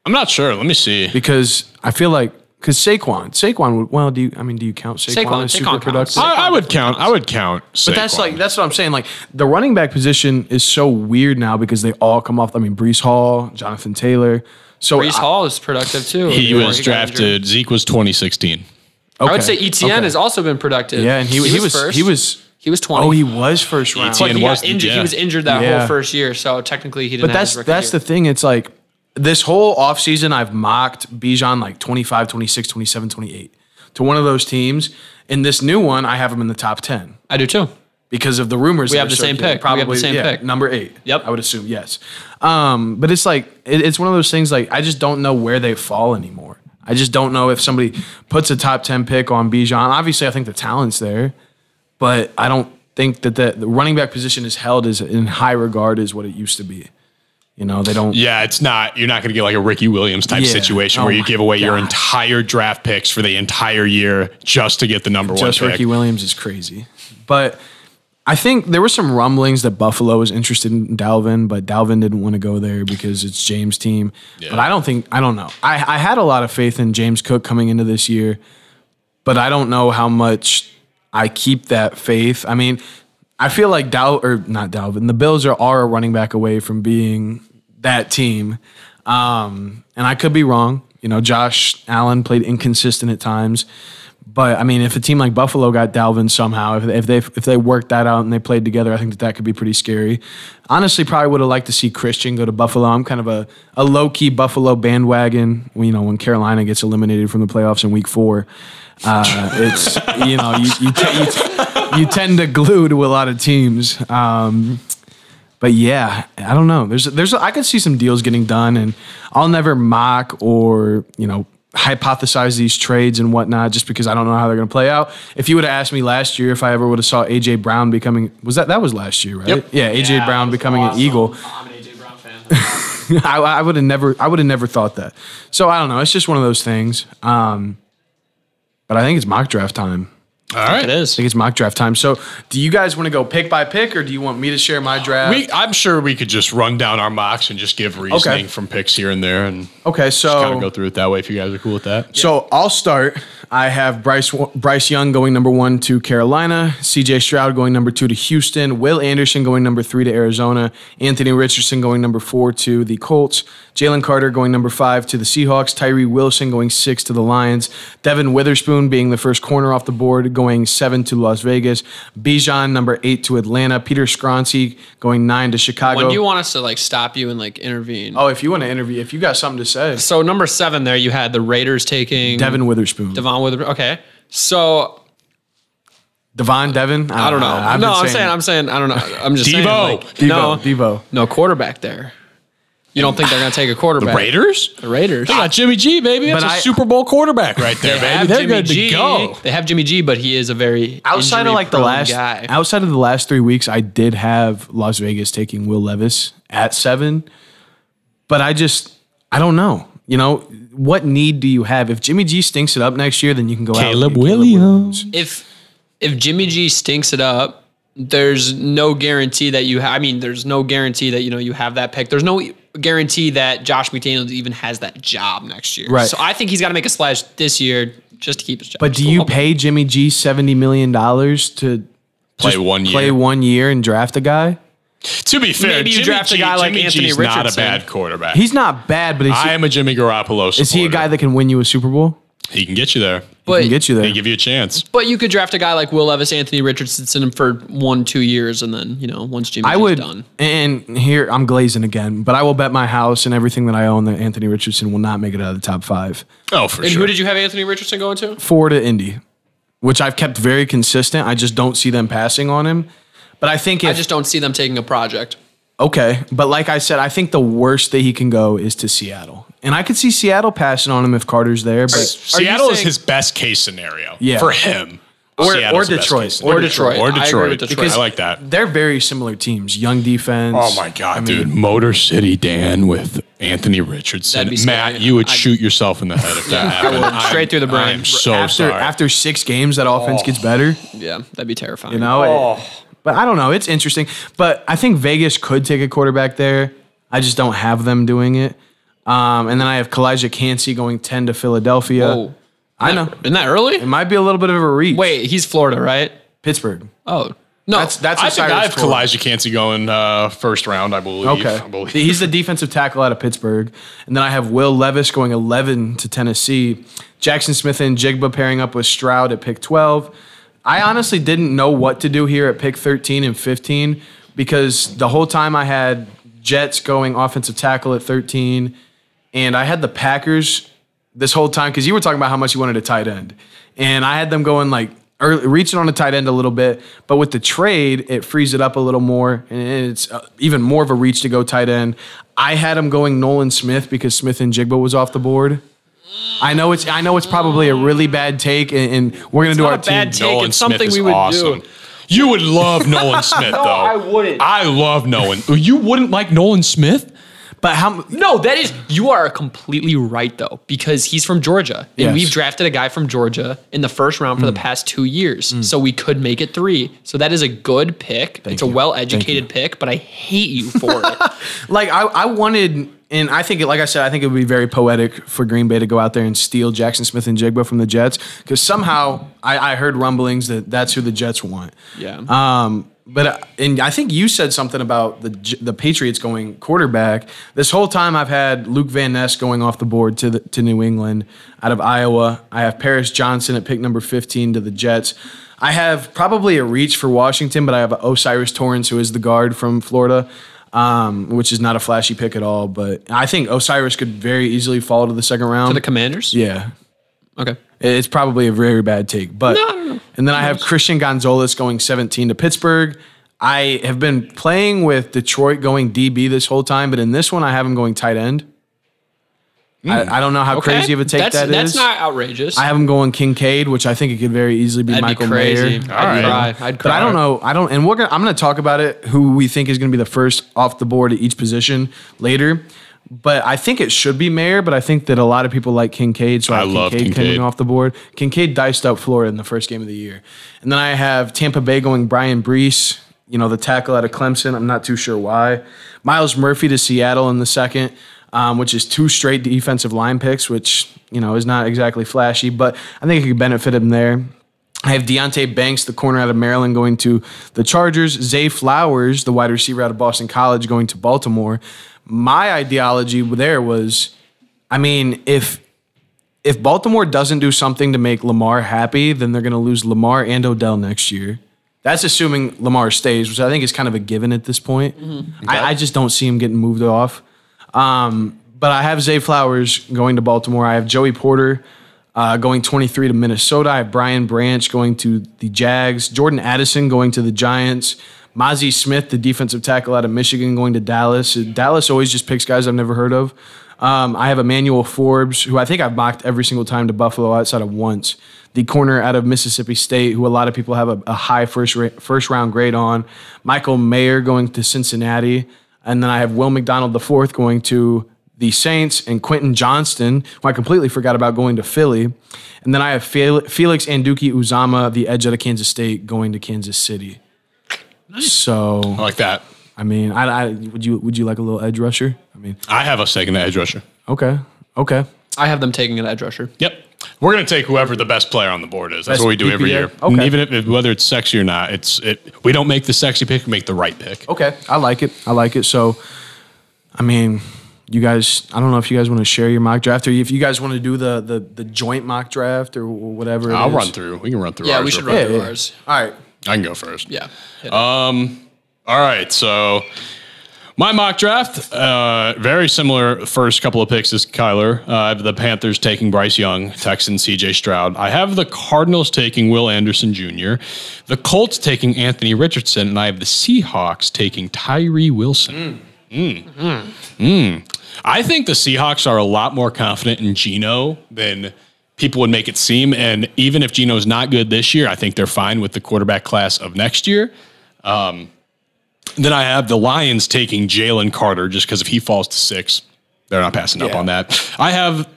C: I'm not sure. Let me see.
B: because I feel like because Saquon Saquon would well do you I mean do you count Saquon,
D: Saquon-
B: as
D: Saquon
B: super
D: counts.
B: productive?
C: I, I would count. I would count. Saquon.
B: But that's like that's what I'm saying. Like the running back position is so weird now because they all come off. I mean, Brees Hall, Jonathan Taylor. So
D: Brees
B: I-
D: Hall is productive too.
C: he
D: before
C: was
D: got injured.
C: drafted. Zeke was 2016.
B: okay,
D: I would say ETN
B: okay.
D: has also been productive.
B: Yeah, and he, he, was he was
D: he was twenty.
B: oh he was first round.
C: ETN
D: But he
C: was
D: got
C: the-
D: injured.
C: yeah.
D: He was injured that
B: Yeah.
D: whole first year, so technically he didn't.
B: But that's that's the thing. It's like this whole offseason I've mocked Bijan like 25, 26, 27, 28 to one of those teams. And this new one, I have him in the top 10
D: I do too.
B: because of the rumors. We
D: have the same pick. We have the same pick.
B: Number eight.
D: Yep.
B: I would assume, yes. Um, but it's like, it, it's one of those things like I just don't know where they fall anymore. I just don't know if somebody puts a top 10 pick on Bijan. Obviously, I think the talent's there, but I don't think that the, the running back position is held as in high regard as what it used to be. You know, they don't.
C: Yeah, it's not. You're not going to get like a Ricky Williams type
B: Yeah.
C: situation
B: Oh
C: where you
B: my
C: give away your
B: God.
C: entire draft picks for the entire year just to get the number
B: Just
C: one pick.
B: Ricky Williams is crazy. But I think there were some rumblings that Buffalo was interested in Dalvin, but Dalvin didn't want to go there because it's James' team. But I don't think I don't know. I, I had a lot of faith in James Cook coming into this year, but I don't know how much I keep that faith. I mean, I feel like Dal or not Dalvin, the Bills are, are a running back away from being that team. Um, and I could be wrong. You know, Josh Allen played inconsistent at times. But I mean, if a team like Buffalo got Dalvin somehow, if, if they if they worked that out and they played together, I think that that could be pretty scary. Honestly, probably would have liked to see Christian go to Buffalo. I'm kind of a, a low key Buffalo bandwagon. You know, when Carolina gets eliminated from the playoffs in Week Four, uh, it's you know you you, te- you, te- you tend to glue to a lot of teams. Um, but yeah, I don't know. There's there's I could see some deals getting done, and I'll never mock or you know hypothesize these trades and whatnot just because I don't know how they're going to play out. If you would have asked me last year if I ever would have saw AJ Brown becoming was that that was last year, right?
C: Yep.
B: Yeah, AJ Brown becoming an Eagle.
D: I'm an AJ Brown fan.
B: I, I would have never I would have never thought that. So I don't know. It's just one of those things. Um, but I think it's mock draft time.
C: All right.
D: It is.
B: think it's mock draft time. So, do you guys want to go pick by pick, or do you want me to share my draft?
C: We, I'm sure we could just run down our mocks and just give reasoning from picks here and there and
B: okay,
C: kind
B: so
C: of go through it that way if you guys are cool with that.
B: so I'll start. I have Bryce Bryce Young going number one to Carolina, C.J. Stroud going number two to Houston, Will Anderson going number three to Arizona, Anthony Richardson going number four to the Colts, Jalen Carter going number five to the Seahawks, Tyree Wilson going six to the Lions, Devin Witherspoon being the first corner off the board going seven to Las Vegas, Bijan number eight to Atlanta, Peter Skronsky going nine to Chicago.
D: When do you want us to like stop you and like intervene?
B: Oh, if you want to interview, if you got something to say,
D: So number seven there, you had the Raiders taking
B: Devin Witherspoon, Devon,
D: Devon Wither. Okay, so
B: Devon Devon. Uh,
D: I don't know.
B: I've
D: no,
B: been
D: I'm saying, I'm saying, I don't know. I'm just saying,
C: Devo.
D: like,
B: Devo.
D: no,
B: Devo.
D: no quarterback there. You don't think they're gonna take a quarterback?
C: Raiders?
D: The Raiders.
C: They got Jimmy G, baby. That's a
B: But I-
C: Super Bowl quarterback right there,
D: They
C: baby.
D: have
C: They're
D: Jimmy
C: good
D: G.
C: to go.
D: They have Jimmy G, but he is a very
B: outside of like the
D: injury-prone
B: last
D: guy.
B: outside of the last three weeks, I did have Las Vegas taking Will Levis at seven, but I just I don't know. You know what need do you have? If Jimmy G stinks it up next year, then you can go out. and
C: Caleb
B: get
C: Williams.
D: if if Jimmy G stinks it up, there's no guarantee that you. Ha- I mean, there's no guarantee that you know you have that pick. There's no guarantee that Josh McDaniels even has that job next year.
B: Right.
D: So I think he's got to make a splash this year just to keep his job.
B: But do you pay Jimmy G seventy million dollars to
C: Play
B: just
C: one year.
B: play one year and draft a guy?
C: To be fair,
D: Maybe you
C: Jimmy
D: draft a
C: G,
D: guy like
C: Jimmy
D: Anthony
C: G's not a
D: Richardson.
C: bad quarterback.
B: He's not bad, but is he,
C: I am a Jimmy Garoppolo supporter.
B: is he a guy that can win you a Super Bowl?
C: he can get you there?
B: Can
D: But
B: get you there.
C: They give you a chance.
D: but you could draft a guy like Will Levis, Anthony Richardson for one two years, and then you know once Jimmy
B: I
D: G's
B: would,
D: done.
B: and here I'm glazing again, but I will bet my house and everything that I own that Anthony Richardson will not make it out of the top five.
C: Oh, for
D: And
C: sure.
D: who did you have Anthony Richardson going to?
B: Four to Indy, which I've kept very consistent. I just don't see them passing on him. But I think if
D: I just don't see them taking a project.
B: okay, but like I said, I think the worst that he can go is to Seattle, and I could see Seattle passing on him if Carter's there, but
C: Seattle is
D: saying-
C: his best case scenario
B: Yeah.
C: for him.
B: Or-
C: Seattle's
B: or
C: best
B: Detroit.
C: case
B: Or
C: scenario.
D: Detroit.
C: Or
D: I agree
C: Detroit.
D: with Detroit.
C: I like that.
B: they're very similar teams, young defense.
C: Oh my god, dude! Motor City Dan with Anthony Richardson.
D: That'd be scary.
C: Matt, you would
D: I'd-
C: shoot yourself in the head if that happened.
D: Straight
C: I'm-
D: through the brain.
C: I'm so
B: After,
C: sorry.
B: after six games, that offense gets better.
D: Yeah, that'd be terrifying.
B: You know,
C: Oh.
B: it- but I don't know. It's interesting. But I think Vegas could take a quarterback there. I just don't have them doing it. Um, and then I have Kalijah Cansey going ten to Philadelphia.
D: Oh,
B: I know
D: isn't that early?
B: it might be a little bit of a reach.
D: Wait, he's Florida, right?
B: Pittsburgh.
D: Oh no,
B: That's that's
C: I
B: what
C: think
B: Cyrus
C: I have
B: told me.
C: Kalijah Cansey going uh, first round. I believe. I
B: Okay,
C: believe.
B: he's the defensive tackle out of Pittsburgh, and then I have Will Levis going eleven to Tennessee. Jackson Smith and Jigba pairing up with Stroud at pick twelve. I honestly didn't know what to do here at pick thirteen and fifteen because the whole time I had Jets going offensive tackle at thirteen, and I had the Packers this whole time because you were talking about how much you wanted a tight end, and I had them going like early, reaching on a tight end a little bit, but with the trade, it frees it up a little more, and it's uh, even more of a reach to go tight end. I had them going Nolan Smith because Smith and Jigba was off the board. I know it's I know it's probably a really bad take, and, and we're gonna do
D: not
B: our
D: a bad
B: team.
D: take. It's something we would do.
C: You would love Nolan Smith, though. I wouldn't. I love Nolan. You wouldn't like Nolan Smith?
B: But how? m-
D: no, that is you are completely right though because he's from Georgia and
B: Yes. Mm.
D: we've drafted a guy from Georgia in the first round for the past two years, so we could make it three. So that is a good pick. it's a
B: you.
D: well-educated pick, but I hate you for it.
B: Like I, I wanted, and I think, it- like I said, I think it would be very poetic for Green Bay to go out there and steal Jackson Smith and Jigba from the Jets because somehow I, I heard rumblings that that's who the Jets want.
D: Yeah.
B: Um, but uh, and I think you said something about the J- the Patriots going quarterback. This whole time I've had Luke Van Ness going off the board to the, to New England out of Iowa. I have Paris Johnson at pick number 15 to the Jets. I have probably a reach for Washington, but I have Osiris Torrance who is the guard from Florida. Um, which is not a flashy pick at all, but I think Osiris could very easily fall to the second round.
D: For the Commanders.
B: Um, yeah,
D: Okay.
B: it's probably a very bad take, but and then I have Christian Gonzalez going 17 to Pittsburgh. I have been playing with Detroit going DB this whole time, but in this one I have him going tight end. I, I don't know how crazy of a take
D: Hmm. that's,
B: that
D: That's
B: is.
D: not outrageous.
B: I have him going Kincaid, which I think it could very easily be
D: That'd
B: Michael
D: be crazy.
B: Mayer.
D: I'd
C: right.
D: cry. I'd cry.
B: But I don't know. I don't, and we're gonna. I'm gonna talk about it. Who we think is gonna be the first off the board at each position later. But I think it should be Mayer, but I think that a lot of people like Kincaid, so I,
C: I
B: have
C: love
B: Kincaid,
C: Kincaid.
B: coming off the board. Kincaid diced up Florida in the first game of the year. And then I have Tampa Bay going Brian Brees, you know, the tackle out of Clemson. I'm not too sure why. Miles Murphy to Seattle in the second, um, which is two straight defensive line picks, which, you know, is not exactly flashy, but I think it could benefit him there. I have Deontay Banks, the corner out of Maryland, going to the Chargers. Zay Flowers, the wide receiver out of Boston College, going to Baltimore. My ideology there was, I mean, if if Baltimore doesn't do something to make Lamar happy, then they're going to lose Lamar and Odell next year. That's assuming Lamar stays, which I think is kind of a given at this point. I, I just don't see him getting moved off. Um, but I have Zay Flowers going to Baltimore. I have Joey Porter uh, going 23 to Minnesota. I have Brian Branch going to the Jags. Jordan Addison going to the Giants. Mozzie Smith, the defensive tackle out of Michigan, going to Dallas. Dallas always just picks guys I've never heard of. Um, I have Emmanuel Forbes, who I think I've mocked every single time to Buffalo outside of once. The corner out of Mississippi State, who a lot of people have a, a high first ra- first round grade on. Michael Mayer going to Cincinnati. And then I have Will McDonald the fourth going to the Saints and Quentin Johnston, who I completely forgot about going to Philly. And then I have Fel- Felix Anduki Uzama, the edge out of Kansas State, going to Kansas City. So
C: I like that.
B: I mean, I, I would you would you like a little edge rusher? I mean,
C: I have us taking the edge rusher.
B: okay, okay.
D: I have them taking an edge rusher.
C: Yep. We're going to take whoever the best player on the board is. That's
B: Best
C: what we do every
B: PPA?
C: year.
B: Okay.
C: And Even if, if- whether it's sexy or not, it's it. We don't make the sexy pick. We make the right pick.
B: Okay, I like it. I like it. So, I mean, you guys, I don't know if you guys want to share your mock draft or if you guys want to do the the, the joint mock draft or whatever. it
C: I'll
B: is.
C: run through. We can run through.
D: Yeah,
C: ours
D: we should
C: real
D: run
C: quick.
D: through
B: yeah.
D: ours.
B: All right.
C: I can go first.
D: Yeah.
C: All right. So my mock draft, uh, very similar first couple of picks is Kyler. Uh, I have the Panthers taking Bryce Young, Texans CJ Stroud. I have the Cardinals taking Will Anderson Jr., the Colts taking Anthony Richardson, and I have the Seahawks taking Tyree Wilson. Mm. I think the Seahawks are a lot more confident in Geno than people would make it seem. And even if Geno's not good this year, I think they're fine with the quarterback class of next year. Um, then I have the Lions taking Jalen Carter just because if he falls to six, they're not passing up on that. I have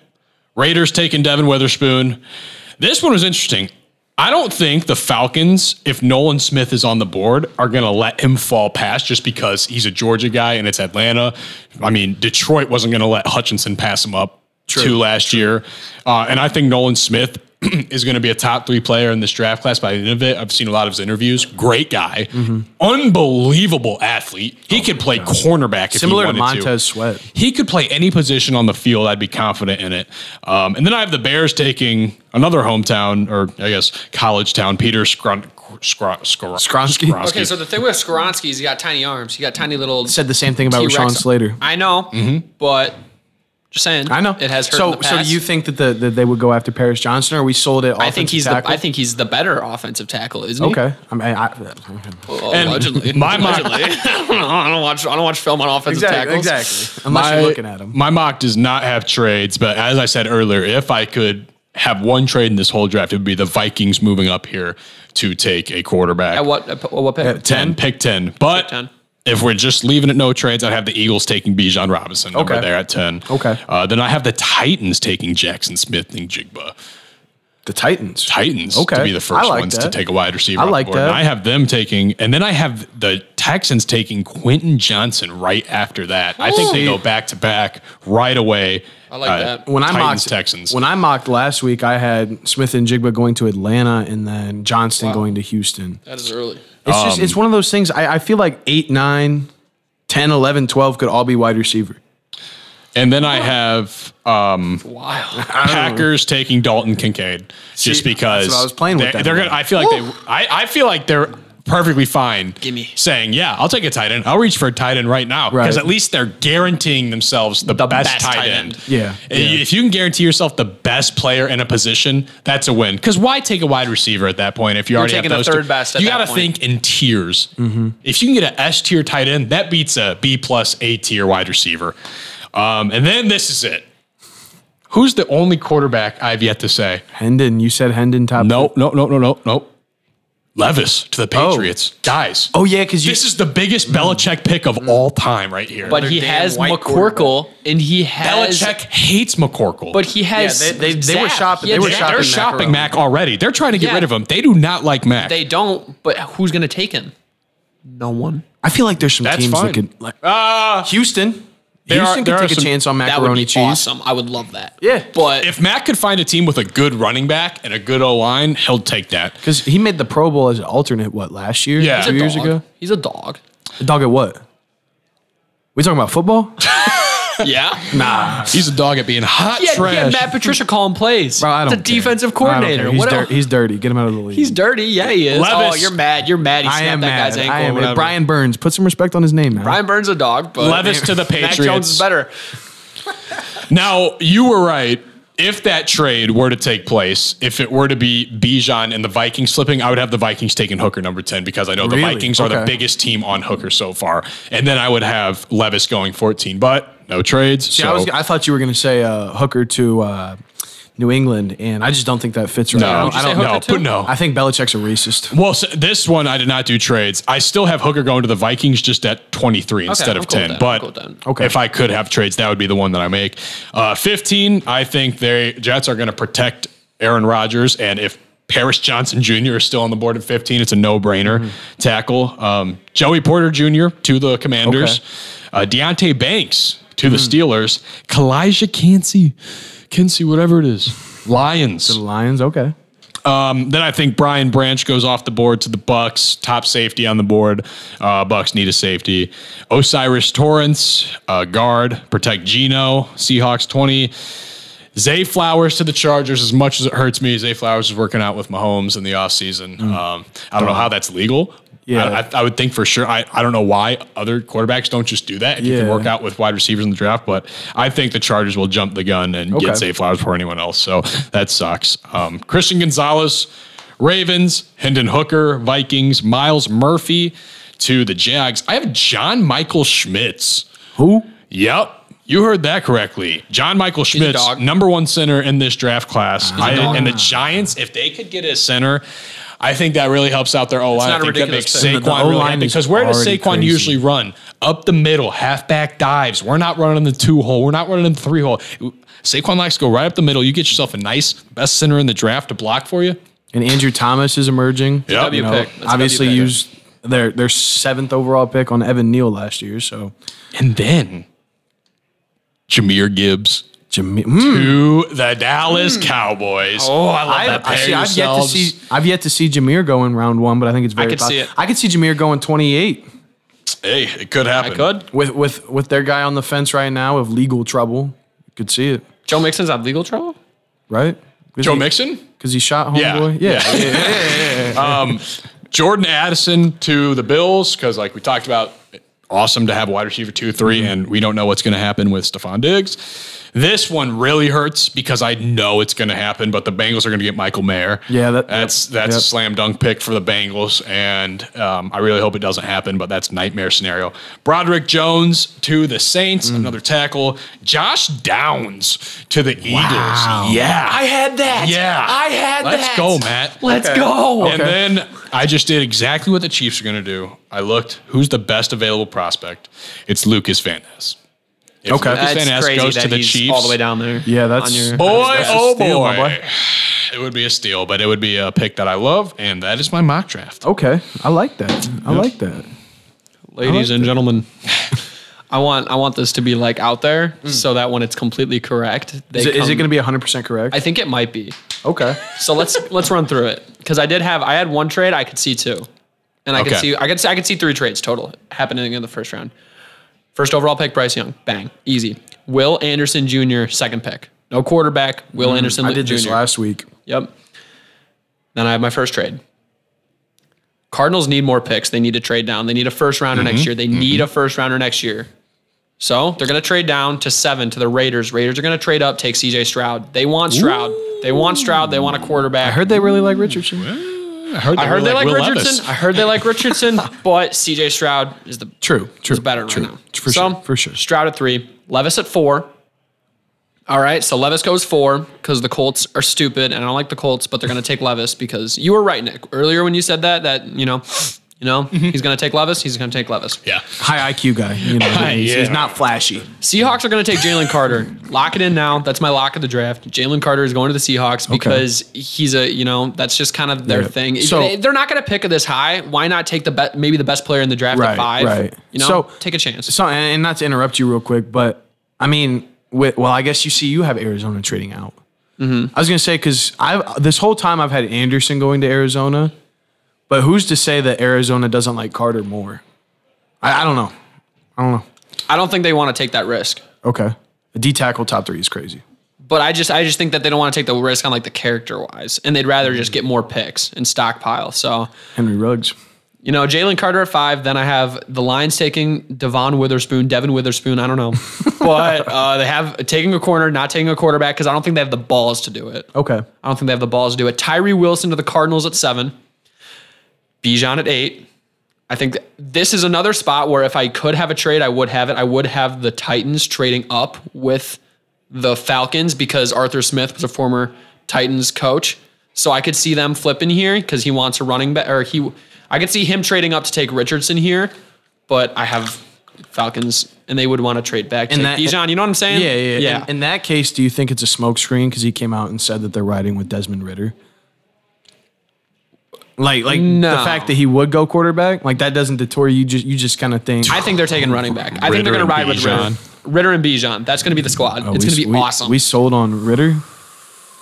C: Raiders taking Devin Witherspoon. This one was interesting. I don't think the Falcons, if Nolan Smith is on the board, are going to let him fall past just because he's a Georgia guy and it's Atlanta. I mean, Detroit wasn't going to let Hutchinson pass him up two last year. Uh, and I think Nolan Smith is going to be a top three player in this draft class by the end of it. I've seen a lot of his interviews. Great guy,
B: Mm-hmm.
C: unbelievable athlete. He could play cornerback if
B: Oh Similar
C: he
B: to
C: wanted
B: Montez Sweat.
C: he could play any position on the field. I'd be confident in it. Um, and then I have the Bears taking another hometown, or I guess college town, Peter Skron, Skron, Skron,
B: Skronsky?
D: Okay, so the thing with Skaronski is he got tiny arms. He got tiny little.
B: Said the same thing about Rashawn Slater.
D: I know, but just saying.
B: I know
D: it has hurt.
B: So,
D: in the
B: so
D: past.
B: do you think that the that they would go after Paris Johnson, or we sold it?
D: I think he's
B: tackle?
D: the. I think he's the better offensive tackle, isn't he?
B: Okay. I mean, I, I,
D: Well, allegedly.
C: my-
D: allegedly. I, don't know, I don't watch. I don't watch film on offensive tackles.
B: Unless you're looking at him.
C: My mock does not have trades, but as I said earlier, if I could have one trade in this whole draft, it would be the Vikings moving up here to take a quarterback.
D: At what? At what pick?
C: 10, pick 10. But
D: 10.
C: if we're just leaving it no trades, I'd have the Eagles taking Bijan Robinson over
B: Okay.
C: there at 10.
B: Okay.
C: Uh, then I have the Titans taking Jackson Smith and Jigba.
B: The Titans.
C: Titans
B: Okay.
C: to be the
B: I
C: first
B: like
C: ones to
B: that.
C: take a wide receiver.
B: I
C: off the
B: like
C: board.
B: that.
C: And I have them taking, and then I have the Texans taking Quentin Johnson right after that. I think they go back to back right away. I
D: like that.
B: When I
C: Titans,
B: mocked
C: Texans.
B: When I mocked last week, I had Smith and Jigba going to Atlanta, and then Johnston going to Houston.
D: That is early.
B: It's just
C: Um,
B: it's one of those things. I, I feel like 8, 9, 10, 11, 12 could all be wide receiver.
C: and then I have um,
D: Wow.
C: Packers taking Dalton Kincaid just
B: See,
C: because
B: that's what I was playing with
C: they're,
B: that
C: they're
B: one.
C: gonna. I feel like they. I, I feel like they're perfectly fine.
D: Gimme.
C: saying yeah, I'll take a tight end. I'll reach for a tight end right now
B: Right.
C: because at least they're guaranteeing themselves the, best,
D: best
C: tight,
D: tight
C: end.
D: end.
B: Yeah,
C: And
B: yeah.
C: If you can guarantee yourself the best player in a position, that's a win. Because why take a wide receiver at that point if you already
D: taking
C: have
D: the
C: those
D: third
C: two?
D: best at
C: you
D: that
C: gotta
D: point. Mm-hmm.
C: think in tiers. If you can get an S tier tight end, that beats a B plus A tier wide receiver. Um, and then this is it. Who's the only quarterback I've yet to say?
B: Hendon, you said Hendon top.
C: No, no, no, no, no, no. Levis to the
D: Oh.
C: Patriots. Guys.
B: Oh yeah, because you.
C: This is the biggest Belichick pick of all time right here.
D: Mm-hmm. But he
B: damn
D: has
B: white
D: McCorkle and he has
C: Belichick hates McCorkle.
D: But he has
B: Yeah, they- they- they were
D: Zapp.
B: shopping-
D: He
B: they
D: had
B: were
C: they're,
D: Zapp.
C: they're
B: shopping
C: shopping
B: Mac
C: Mac already. They're trying to get
D: Yeah.
C: rid of him. They do not like Mac.
D: They don't, but who's going to take him? No one.
B: I feel like there's some
C: That's
B: teams
C: fine.
B: that could like
C: Ah,
B: Houston.
C: There are-
B: Houston
C: there
B: could
C: are
B: take a
C: some-
B: chance on
D: That would
B: macaroni
D: be
B: cheese.
D: awesome. I would love that.
B: Yeah.
D: but
C: if Mac could find a team with a good running back and a good O line, he'll take that.
B: Because he made the Pro Bowl as an alternate, what, last year?
C: Yeah.
B: Two
C: He's a
B: years
D: dog.
B: ago?
D: he's a dog.
B: A dog at what? We talking about football?
D: Yeah,
B: nah.
C: He's a dog at being hot
D: he had, he had
C: trash.
D: Matt Patricia calling plays.
B: Bro, I
D: It's
B: don't
D: a
B: care. I
D: defensive
B: don't
D: coordinator.
B: care. He's,
D: What
B: dir-
D: else?
B: he's dirty. Get him out of the league.
D: He's dirty. Yeah, he is.
C: Levis.
D: Oh, you're mad. You're mad. He
B: I
D: snapped that
B: am
D: guy's
B: mad.
D: ankle.
B: I
D: or
B: am
D: whatever.
B: Brian Burns. Put some respect on his name, man.
D: Brian Burns a dog, but
C: Levis to the
D: Mac Jones
C: Patriots.
D: is better.
C: Now, you were right. If that trade were to take place, if it were to be Bijan and the Vikings slipping, I would have the Vikings taking Hooker number 10 because I know the
B: Really?
C: Vikings are the
B: Okay.
C: biggest team on Hooker so far. And then I would have Levis going 14, but no trades.
B: See,
C: so
B: I, was, I thought you were going to say uh, Hooker to uh, New England, and I just don't think that fits right
C: no,
B: now.
D: you
C: I
D: say
C: don't
D: Hooker
C: know.
D: too?
C: But no.
B: I think Belichick's a racist.
C: Well, so this one I did not do trades. I still have Hooker going to the Vikings just at 23
D: I'm
C: instead of
D: cool
C: 10.
D: with that. I'm
C: But
D: cool with that.
B: Okay.
C: if I could have trades, that would be the one that I make. Uh, 15, I think they Jets are going to protect Aaron Rodgers. And if Paris Johnson Jr. is still on the board at 15, it's a no brainer tackle. Um, Joey Porter Jr. to the Commanders. Uh, Deontay Banks to the Steelers. Kalijah Cansey, Kinsey, whatever it is. Lions.
B: Lions, okay.
C: Um, Then I think Brian Branch goes off the board to the Bucks. Top safety on the board. Uh, Bucks need a safety. Osiris Torrance, uh, guard, protect Gino. Seahawks twenty. Zay Flowers to the Chargers. As much as it hurts me, Zay Flowers is working out with Mahomes in the offseason. Um, I don't know how that's legal.
B: Mm. Yeah.
C: I, I, I would think for sure. I, I don't know why other quarterbacks don't just do that if you can
B: Yeah.
C: work out with wide receivers in the draft, but I think the Chargers will jump the gun and
B: Okay.
C: get Zay Flowers before anyone else. So that sucks. Um, Christian Gonzalez, Ravens, Hendon Hooker, Vikings, Miles Murphy to the Jags. I have John Michael Schmitz.
B: Who?
C: Yep. You heard that correctly. John Michael Schmitz,
D: dog.
C: number one center in this draft class. I-
D: dog.
C: and the Giants, if they could get a center, I think that really helps out their O line.
D: not
C: I
D: a
C: think that
D: ridiculous
C: makes
D: pick.
B: The- the
C: Saquon really
B: O-line
C: happy.
B: is
C: Because where does
B: already
C: Saquon
B: crazy.
C: usually run? Up the middle, halfback dives. We're not running the two hole. We're not running the three hole. Saquon likes to go right up the middle. You get yourself a nice best center in the draft to block for you.
B: And Andrew Thomas is emerging.
C: Yep. W
B: You know,
D: pick. That's a W
B: obviously
D: pick.
B: used their their seventh overall pick on Evan Neal last year. So
C: And then Jameer Gibbs
B: Jimmy, mm,
C: to the Dallas Cowboys. Hmm. Oh, I love
B: I, I see, I've yet to
C: yourselves.
B: see I've yet to see Jameer go in round one, but I think it's very.
D: could
B: poss-
D: see it.
B: I could see Jameer going twenty eight
C: Hey, it could happen.
D: I could.
B: with with with their guy on the fence right now of legal trouble. Could see it
D: Joe Mixon's had legal trouble.
B: right. Cause
C: Joe
B: he,
C: Mixon?
B: because he shot
C: Yeah.
B: homeboy. Yeah.
C: Yeah. Um, Jordan Addison to the Bills because, like we talked about, awesome to have wide receiver two, 3 and we don't know what's going to happen with Stephon Diggs. This one really hurts because I know it's going to happen, but the Bengals are going to get Michael Mayer.
B: Yeah, that-
C: that's
B: yep,
C: that's a
B: yep.
C: slam dunk pick for the Bengals, and um, I really hope it doesn't happen, but that's nightmare scenario. Broderick Jones to the Saints, another tackle. Josh Downs to the Eagles. Yeah, I had that. Yeah, I had Let's that. Let's go, Matt.
D: Let's go.
C: And then I just did exactly what the Chiefs are going to do. I looked who's the best available prospect. It's Lucas Van Ness. If
B: Okay.
C: Lucas
D: That's
C: Van Ness
D: crazy
C: goes
D: that
C: to the
D: he's
C: Chiefs.
D: all the way down there.
B: Yeah, that's-
D: on your,
C: Boy,
B: That's a
C: oh
B: steal,
C: boy.
B: my boy.
C: It would be a steal, but it would be a pick that I love, and that is my mock draft.
B: Okay, I like that. I like that.
D: ladies and gentlemen. I want I want this to be like out there so that when it's completely correct, they
B: Hmm. Is it, is it
D: come-
B: going to be hundred percent correct?
D: I think it might be.
B: okay.
D: So let's let's run through it because I did have I had one trade I could see two, and I could
C: Okay.
D: see I could see, I could see three trades total happening in the first round. First overall pick Bryce Young, bang, easy. Will Anderson Jr. second pick, no quarterback. Will Anderson
B: Mm, I did
D: Jr.
B: this last week.
D: Yep. Then I have my first trade. Cardinals need more picks. They need to trade down. They need a first rounder
B: Mm-hmm.
D: next year. They need a first rounder next year. So they're going to trade down to seven to the Raiders. Raiders are going to trade up, take CJ Stroud. They want Stroud. They want Stroud. They want a quarterback.
B: I heard they really like Richardson.
C: I heard,
D: I heard they like,
C: Will Levis.
D: Richardson. I heard they like Richardson, but CJ Stroud is the
B: True, true,
D: is better
B: true.
D: right now.
B: For
D: so,
B: sure, for sure.
D: Stroud at three, Levis at four. All right, so Levis goes four because the Colts are stupid, and I don't like the Colts, but they're going to take Levis because you were right, Nick, earlier when you said that. That you know, you know, he's going to take Levis. He's going to take Levis.
C: Yeah.
B: High IQ guy. You know, he's, he's
C: Yeah.
B: not flashy.
D: Seahawks are going to take Jalen Carter. Lock it in now. That's my lock of the draft. Jalen Carter is going to the Seahawks because he's a you know that's just kind of their
B: Yeah.
D: thing.
B: So-
D: they, are not going to pick it this high. Why not take the be- maybe the best player in the draft
B: Right,
D: at five?
B: right.
D: You know,
B: So-
D: take a chance.
B: So, and and not to interrupt you real quick, but I mean, with, well, I guess you see, you have Arizona trading out. I was gonna say because I this whole time I've had Anderson going to Arizona, but who's to say that Arizona doesn't like Carter more? I, I don't know. I don't know.
D: I don't think they want to take that risk.
B: Okay, a D tackle top three is crazy.
D: But I just I just think that they don't want to take the risk on like the character wise, and they'd rather just get more picks and stockpile. So
B: Henry Ruggs.
D: you know, Jalen Carter at five. Then I have the Lions taking Devon Witherspoon, Devin Witherspoon. I don't know, but uh, they have taking a corner, not taking a quarterback because I don't think they have the balls to do it.
B: Okay.
D: I don't think they have the balls to do it. Tyree Wilson to the Cardinals at seven. Bijan at eight. I think th- this is another spot where if I could have a trade, I would have it. I would have the Titans trading up with the Falcons because Arthur Smith was a former Titans coach. So I could see them flipping here because he wants a running back, or he. I could see him trading up to take Richardson here, but I have Falcons, and they would want to trade back.
B: And
D: And
B: that-
D: Bijan, you know what I'm saying?
B: Yeah, yeah.
D: yeah.
B: yeah. In, in that case, do you think it's a smokescreen because he came out and said that they're riding with Desmond Ritter? Like, like
D: No.
B: the fact that he would go quarterback, like that doesn't deter you. Just you just kind of think.
D: I think they're taking running back. I think
C: Ritter
D: they're going
C: and
D: to ride with Ritter.
C: Bijan.
D: Ritter and Bijan. That's going to be the squad.
B: Oh,
D: it's
B: we-
D: going to be
B: we-
D: awesome.
B: We sold on Ritter.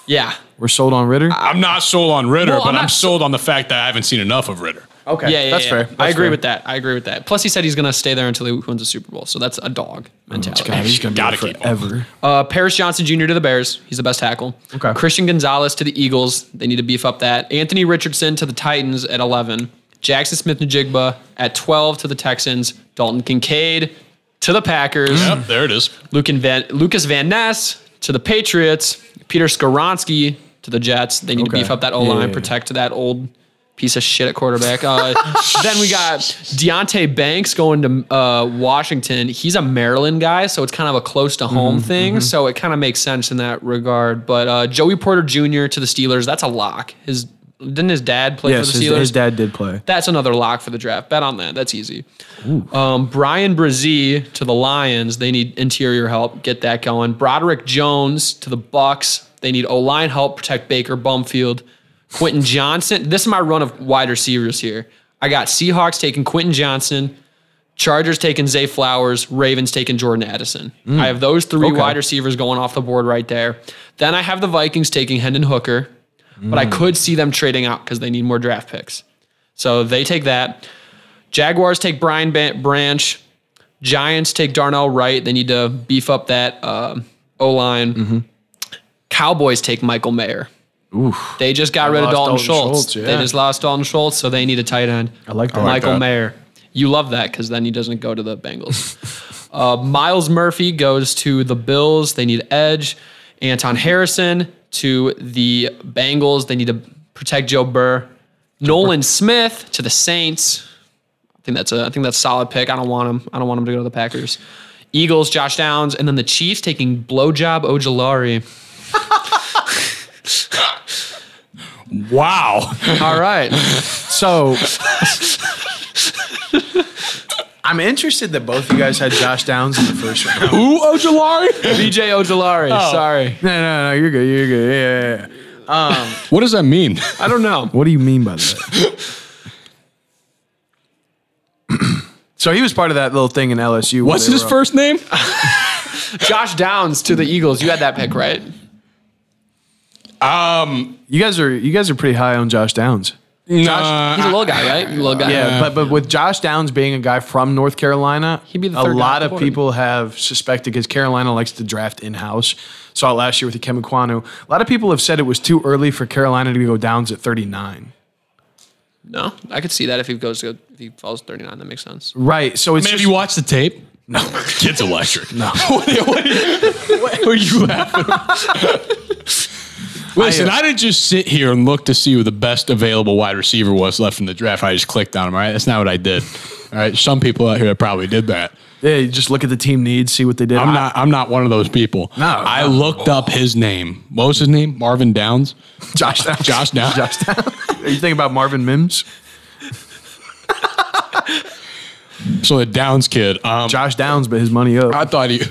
D: yeah.
B: We're sold on Ritter.
C: I'm not sold on Ritter,
D: Well,
C: but
D: I'm
C: I'm,
D: not-
C: sold on the fact that I haven't seen enough of Ritter.
B: okay,
D: Yeah, yeah,
B: that's
D: yeah.
B: fair.
D: I agree with
B: with that.
D: that. I agree with that. Plus, he said he's going to stay there until he wins a Super Bowl. So that's a dog mentality.
B: God, he's gonna be
C: Gotta
B: there
C: keep him.
B: forever.
D: Uh, Paris Johnson Jr. to the Bears. He's the best tackle.
B: Okay.
D: Christian Gonzalez to the Eagles. They need to beef up that. Anthony Richardson to the Titans at 11. Jackson Smith Najigba at 12 to the Texans. Dalton Kincaid to the Packers.
C: Yep, there it is.
D: Luke and Van, Lucas Van Ness to the Patriots, Peter Skoronsky to the Jets. They need
B: Okay.
D: to beef up that O
B: Yeah,
D: line,
B: yeah, yeah.
D: protect that old piece of shit at quarterback. Uh, then we got Deontay Banks going to uh, Washington. He's a Maryland guy, so it's kind of a close to home
B: Mm-hmm,
D: thing. So it kind of makes sense in that regard. But uh, Joey Porter Jr. to the Steelers, that's a lock. His didn't his dad play
B: Yes,
D: for the
B: his,
D: Steelers?
B: his dad did play.
D: That's another lock for the draft. Bet on that. That's easy. Um, Brian Brzee to the Lions. They need interior help. Get that going. Broderick Jones to the Bucks. They need O line help. Protect Baker Bumfield. Quentin Johnson. This is my run of wide receivers here. I got Seahawks taking Quentin Johnson. Chargers taking Zay Flowers, Ravens taking Jordan Addison. I have those three
B: Okay.
D: wide receivers going off the board right there. Then I have the Vikings taking Hendon Hooker, but I could see them trading out because they need more draft picks. So they take that. Jaguars take Brian Ban Branch. Giants take Darnell Wright. They need to beef up that uh, O line.
B: Mm-hmm.
D: Cowboys take Michael Mayer. They just got rid of
B: lost
D: Dalton,
B: Dalton
D: Schultz.
B: Schultz, yeah.
D: They just lost Dalton Schultz, so they need a tight end. I
B: like that. I like
D: Michael
C: that.
D: Mayer. You love that because then he doesn't go to the Bengals. uh, Miles Murphy goes to the Bills. They need edge. Anton Harrison to the Bengals. They need to protect Joe Burr. Nolan Smith to the Saints. I think that's a I think that's a solid pick. I don't want him. I don't want him to go to the Packers. Eagles, Josh Downs, and then the Chiefs taking blowjob Ojolari.
C: Wow.
D: All right.
B: So I'm interested that both you guys had Josh Downs in the first round.
C: Who, Ojalari?
D: BJ Ojolari. Sorry.
B: No, no, no. You're good. You're good. Yeah, yeah, yeah.
C: What does that mean?
D: I don't know.
B: What do you mean by that? so he was part of that little thing in LSU. where
C: What's
B: they
C: his
B: were-
C: first name?
D: Josh Downs to the Eagles. You had that pick, right?
C: Um,
B: You guys are you guys are pretty high on Josh Downs.
D: He's a little guy, right? He's a little guy.
B: Yeah, but but with Josh Downs being a guy from North Carolina,
D: He'd be the
B: a
D: third guy
B: lot
D: on the
B: of
D: board.
B: people have suspected because Carolina likes to draft in house. Saw it last year with Ikem Kwanu. A lot of people have said it was too early for Carolina to go Downs at 39.
D: No, I could see that if he goes to if he falls 39, that makes sense.
B: Right. So it's
C: Man, have
B: just-
C: you watched the tape? No. Kid's electric. No. what, are- what are- what are you laughing at? Listen,
B: I, uh,
C: I, didn't just sit here and look to see who the best available wide receiver was left in the draft. I just clicked on him, all right? That's not what I did. All right. Some people out here probably did that.
B: Yeah, you just look at the team needs, see what they did.
C: I'm
B: I-
C: not. I'm not one of those people.
B: No,
C: I
B: no.
C: looked up his name. What was his name? Marvin Downs.
B: Josh Downs.
C: Josh Downs.
B: Josh Downs. Are you thinking about Marvin Mims?
C: So the Downs kid. Um,
B: Josh Downs, but his money up.
C: I thought he.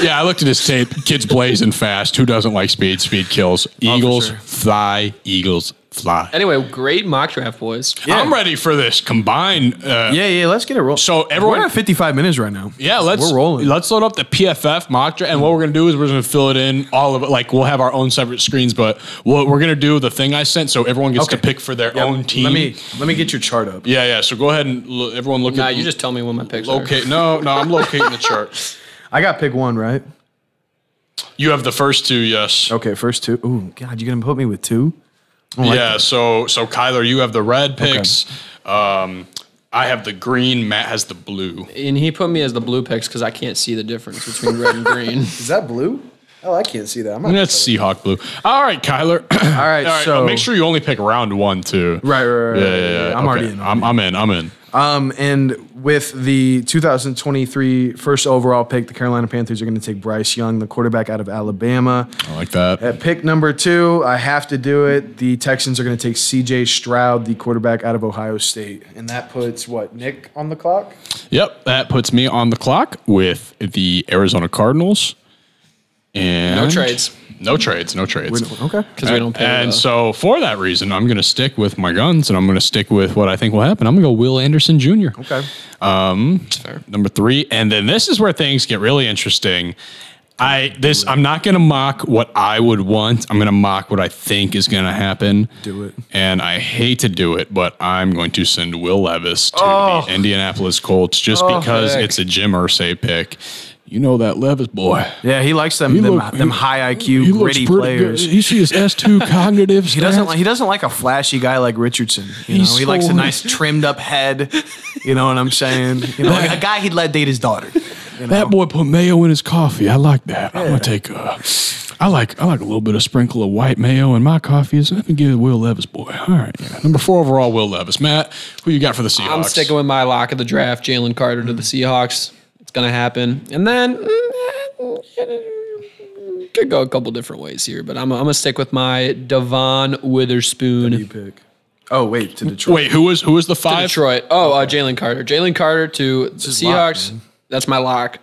C: yeah, I looked at his tape. Kid's blazing fast. Who doesn't like speed? Speed kills. Eagles
B: Oh, sure.
C: fly. Eagles fly.
D: Anyway, great mock draft, boys.
C: I'm ready for this combined. Uh,
B: yeah, yeah. Let's get it rolling.
C: So everyone-
B: we're at 55 minutes right now.
C: Yeah, let's
B: We're rolling.
C: Let's load up the PFF mock draft, and what we're gonna do is we're gonna fill it in all of it. Like we'll have our own separate screens, but what we're gonna do the thing I sent, so everyone gets to
B: Okay.
C: pick for their own team.
B: Let me let me get your chart up.
C: yeah, yeah. So go ahead and lo- everyone look
D: Nah,
C: at.
D: you just tell me when my picks are.
C: locate. No, no, I'm locating the chart.
B: I got pick one right.
C: You have the first two, yes.
B: Okay, first two. Ooh, God, you gonna put me with two?
C: yeah. So so Kyler, you have the red picks. Um, I have the green. Matt has the blue.
D: And he put me as the blue picks because I can't see the difference between red and green.
B: Is that blue? Oh, I can't see that. I'm not.
C: That's Seahawk blue. All right, Kyler.
B: All right,
C: All right,
B: so
C: but make sure you only pick round one too.
B: Right, right, right,
C: Yeah,
B: right,
C: yeah, yeah.
B: right. I'm
C: Okay.
B: already in,
C: I'm, I'm in. I'm in.
B: Um, and with the 2023 first overall pick, the Carolina Panthers are going to take Bryce Young, the quarterback out of Alabama.
C: I like that.
B: At pick number two, I have to do it. The Texans are going to take C.J. Stroud, the quarterback out of Ohio State, and that puts what Nick on the clock.
C: Yep, that puts me on the clock with the Arizona Cardinals. And
D: No trades.
C: No trades. No trades.
B: Okay.
D: Because we don't pay.
C: and
D: the-
C: so for that reason, I'm going to stick with my guns, and I'm going to stick with what I think will happen. I'm going to go Will Anderson Jr.
B: Okay.
C: number three, and then this is where things get really interesting. I this I'm not going to mock what I would want. I'm going to mock what I think is going to happen.
B: Do it.
C: And I hate to do it, but I'm going to send Will Levis to the Indianapolis Colts just because
D: heck.
C: it's a Jim Irsay pick. You know that Levis boy.
B: Yeah, he likes them them,
C: look-
B: them
C: he-
B: high IQ gritty players.
C: You see his S two cognitive.
B: He doesn't like he doesn't like a flashy guy like Richardson. You know,
C: He's
B: he likes
C: so-
B: a nice trimmed up head. You know what I'm saying? You know, like a guy he'd let date his daughter.
C: That boy put mayo in his coffee. I like that. I'm gonna take. Uh, I like. I like a little bit of sprinkle of white mayo in my coffee. So let me give it Will Levis boy. All right, yeah. number four overall, Will Levis. Matt, who you got for the Seahawks?
D: I'm sticking with my lock of the draft, Jalen Carter to the Seahawks. It's gonna happen, and then eh, mm, could go a couple different ways here, but I'm, I'm gonna stick with my Devon Witherspoon,
B: pick. Oh wait, to Detroit.
C: Wait, who was who was the five?
D: Detroit. Oh, uh, Jalen Carter, Jalen Carter to the
B: is lock,
D: Seahawks.
B: man.
D: That's my lock,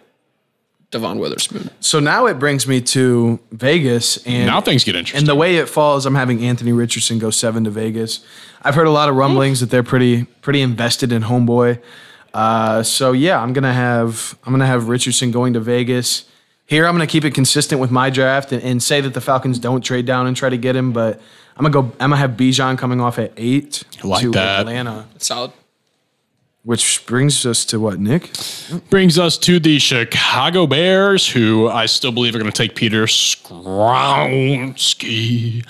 D: Devon Witherspoon.
B: So now it brings me to Vegas and
C: Now things get
B: and
C: interesting.
B: the way it falls, I'm having Anthony Richardson go seven to Vegas. I've heard a lot of rumblings that they're pretty pretty invested in homeboy. Uh, so yeah, I'm gonna have I'm gonna have Richardson going to Vegas. Here, I'm gonna keep it consistent with my draft and, and say that the Falcons don't trade down and try to get him, but I'm gonna go. I'm gonna have Bijan coming off at eight
C: Like
B: to
C: that.
B: Atlanta,
D: Solid.
B: which brings us to what Nick?
C: Brings us to the Chicago Bears, who I still believe are going to take Peter Skronsky.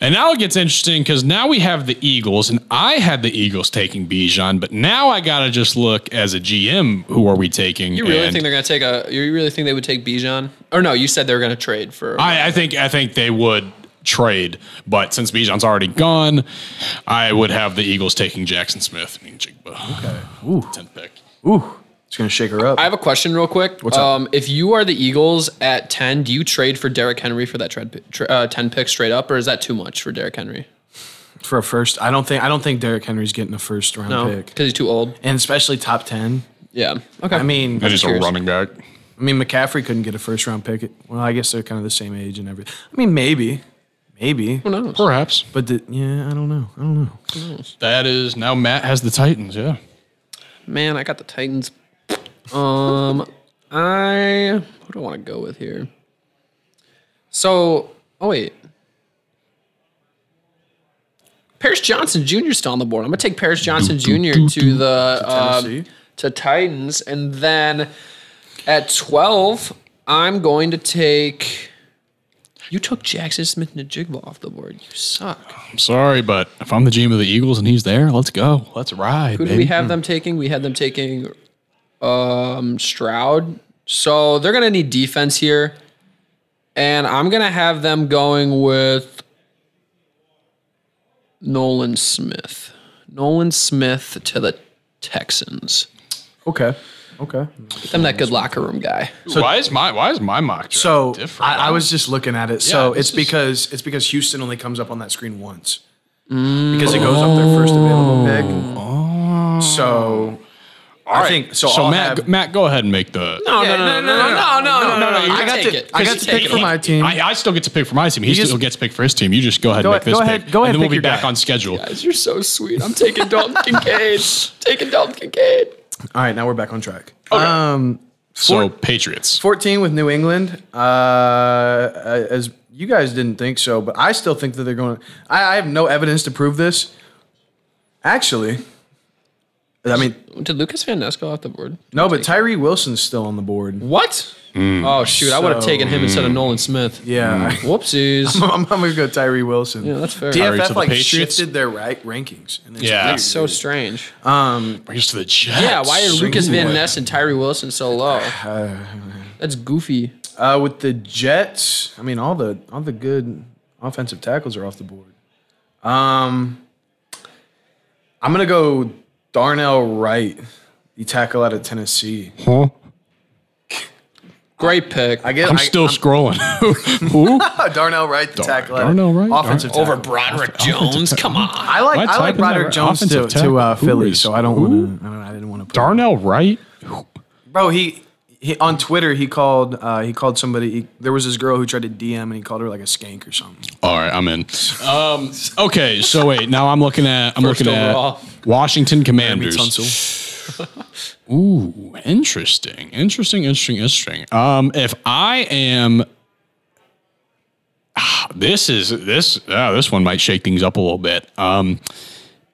C: And now it gets interesting because now we have the Eagles, and I had the Eagles taking Bijan, but now I gotta just look as a GM. Who are we taking?
D: You really
C: and
D: think they're gonna take a? You really think they would take Bijan? Or no, you said they were gonna trade for.
C: I, I think I think they would trade, but since Bijan's already gone, I would have the Eagles taking Jackson Smith. I mean, Jigba. Okay, tenth pick.
B: Ooh, it's gonna shake her up.
D: I have a question real quick. What's
B: up?
D: um, If you are the Eagles at 10, do you trade for Derrick Henry for that trade, tr uh, 10 pick straight up, or is that too much for Derrick Henry?
B: for a first. I don't think I don't think Derrick Henry's getting a first round
D: No,
B: pick,
D: because he's too old.
B: and especially top ten.
D: Yeah. Okay.
B: I mean,
C: That is a
D: curious.
C: running back.
B: I mean McCaffrey couldn't get a first round pick. Well, I guess they're kind of the same age and everything. I mean, maybe, maybe,
D: who knows?
C: Perhaps
B: but the, yeah, I don't know. I don't know.
C: that is now Matt has the Titans. Yeah.
D: Man, I got the Titans. Um, I who do I want to go with here? So, oh wait, Paris Johnson Jr. is still on the board. I'm gonna take Paris Johnson Jr. to the
C: Um,
D: uh,
B: Tennessee?
D: to Titans, and then at 12, I'm going to take. You took Jackson Smith and Jigba off the board. You suck.
C: I'm sorry, but if I'm the GM of the Eagles and he's there, let's go. Let's ride,
D: Who did
C: baby.
D: we have them taking? We had them taking um Stroud. So they're gonna need defense here. And I'm gonna have them going with Nolan Smith. Nolan Smith to the Texans.
B: Okay, Okay.
D: I'm that good locker room guy.
C: why is my why is my mock draft
B: So
C: different?
B: I, I was just looking at it. so
C: this
B: it's
C: is-
B: because it's because Houston only comes up on that screen once
C: Mm.
B: because it goes up their first available pick. So I
C: Oh. right.
B: think so.
C: so
B: I'll
C: Matt,
B: have-
C: Matt, go ahead and make the.
D: no, no, no, no, no, no, no,
B: I
D: you
B: got
D: take
B: to
D: it.
B: I
D: Chris,
B: got
D: you
B: to
D: take
B: pick
D: it.
B: for my team.
C: I, I still get to pick for my team. He
B: just-
C: still gets to pick for his team. You just go ahead
B: Go
C: and
B: ahead-
C: make this
B: go ahead-
C: pick.
B: go ahead and
C: and then we'll
B: pick
C: be
B: your
C: back
B: guy.
C: on schedule.
D: Guys, you're so sweet. I'm taking Dalton Kincaid. Taking Dalton Kincaid.
B: All right, now we're back on track.
C: so Patriots.
B: 14 with New England. Uh, as you guys didn't think so, but I still think that they're going. I, I have no evidence to prove this. Actually, I mean,
D: Did Lucas Van Ness go off the board?
B: no, but Tyree Wilson's still on the board.
D: What? Oh shoot! I would have
B: Mm. So-
D: taken him instead of Nolan Smith.
B: Yeah.
D: Whoopsies.
B: I'm, I'm gonna go Tyree Wilson.
D: Yeah, that's fair.
C: Tyree to
B: DFF
C: the
B: like
C: Patriots?
B: shifted their right rankings. And it's
C: Yeah.
B: weird.
D: so strange.
C: Here's to the Jets.
D: Yeah, why are Lucas Van Ness and Tyree Wilson so low? That's goofy.
B: uh, with the Jets, I mean all the all the good offensive tackles are off the board. Um, I'm gonna go Darnell Wright, the tackle out of Tennessee.
C: Huh?
D: Great pick.
B: I guess
C: I'm
B: I-
C: still scrolling. Who?
B: Darnell Wright, the tackle out of
C: Darnell Wright?
B: offensive tackle.
D: over Broderick Jones. Come on.
B: I like
C: Why
B: I like
C: typing that
B: Broderick
C: right?
B: Jones to,
C: Offensive
B: to uh,
C: tackle? Who
B: Philly,
C: is-
B: so I don't
C: who?
B: want to. I, don't- I didn't want to.
C: Darnell Wright.
B: Bro, he, he on Twitter he called uh, he called somebody. He, there was this girl who tried to DM and he called her like a skank or something.
C: All right, I'm in. Um, okay, so wait. Now I'm looking at I'm
D: First
C: looking
D: overall.
C: at Washington Commanders. Ooh, interesting, interesting, interesting, interesting. Um, if I am, Ah, this is this ah, this one might shake things up a little bit. Um,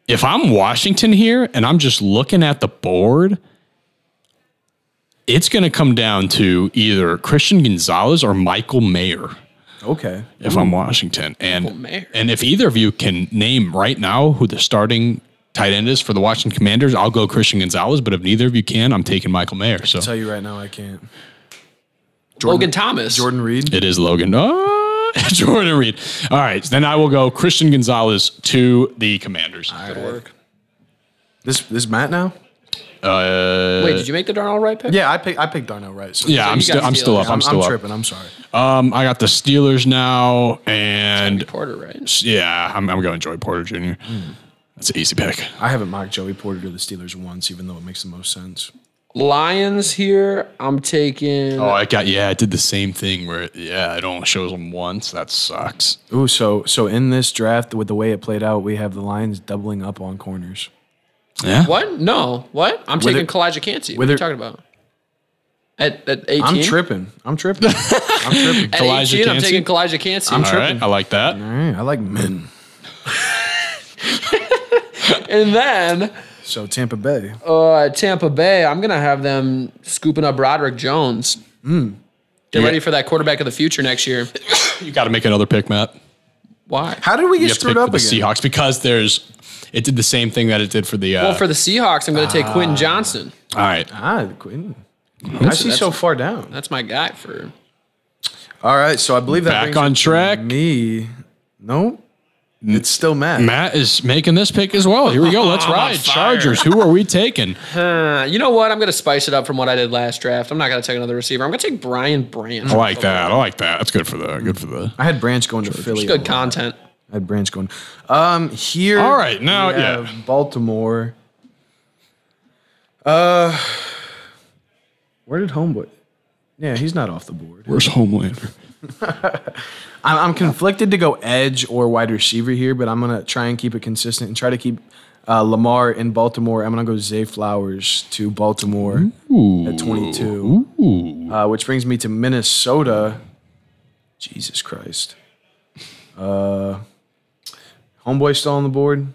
C: if I'm Washington here and I'm just looking at the board. It's going to come down to either Christian Gonzalez or Michael Mayer
B: Okay.
C: if I'm Washington. And
D: Mayer.
C: and if either of you can name right now who the starting tight end is for the Washington Commanders, I'll go Christian Gonzalez. But if neither of you can, I'm taking Michael Mayer. So
B: tell you right now, I can't.
D: Logan Thomas.
B: Jordan Reed.
C: it is Logan. Ah, Jordan Reed. All right. Then I will go Christian Gonzalez to the Commanders.
D: Good work.
B: This this Matt now.
C: Uh,
D: Wait, did you make the Darnell Wright pick?
B: Yeah, I pick I picked Darnell Wright. So
C: yeah,
D: So you
C: I'm
D: got
C: still I'm still
D: Steelers.
C: up. I'm, still up.
B: tripping. I'm sorry.
C: Um, I got the Steelers now, and
D: Porter, right?
C: yeah, I'm, I'm going Joy Porter Jr.
D: Hmm.
C: That's an easy pick.
B: I haven't mocked Joey Porter to the Steelers once, even though it makes the most sense.
D: Lions here. I'm taking.
C: Oh, I got yeah. I did the same thing where yeah, it only shows them once. That sucks.
B: Ooh, so so in this draft, with the way it played out, we have the Lions doubling up on corners.
C: Yeah.
D: What? No. What? I'm
B: Wither-
D: taking Kalijah Kansi. What are
B: Wither-
D: you talking about? At at 18.
B: I'm tripping. I'm tripping. I'm tripping.
D: At
C: Kalijah
D: 18, I'm
C: Kansi?
D: taking Kalijah Kansi.
C: All right, I like that.
B: All right, I like men.
D: and then
B: So Tampa Bay.
C: Oh.
D: uh, Tampa Bay, I'm gonna have them scooping up Roderick Jones. Get
C: You-
D: ready for that quarterback of the future next year.
C: You got to make another pick, Matt.
D: Why?
B: How did we
C: You
B: get
C: have to pick
B: screwed
C: for
B: up
C: the
B: again?
C: Seahawks because there's. It did the same thing that it did for the. Uh,
D: Well, for the Seahawks, I'm gonna take Quentin Johnson.
C: all right,
B: Ah, the Quinn. I see so far down.
D: That's my guy for.
B: All right, so I believe that
C: back
B: brings
C: on track.
B: me. No, it's still Matt.
C: Matt is making this pick as well. Here we go. Let's ride Chargers. Who are we taking?
D: Uh, you know what? I'm gonna spice it up from what I did last draft. I'm not gonna take another receiver. I'm gonna take Brian Branch.
C: I like that. I like that. That's good for the. Good for the.
B: I had Branch going to Philly.
D: Good content.
B: I had Branch going. Um, here.
C: All right, now,
B: we have
C: yeah.
B: Baltimore. Uh, where did Homeboy? Yeah, he's not off the board.
C: Where's Homelander?
B: I'm, I'm conflicted to go edge or wide receiver here, but I'm gonna try and keep it consistent and try to keep uh, Lamar in Baltimore. I'm gonna go Zay Flowers to Baltimore at 22, Uh, which brings me to Minnesota. Jesus Christ. Uh, homeboy still on the board.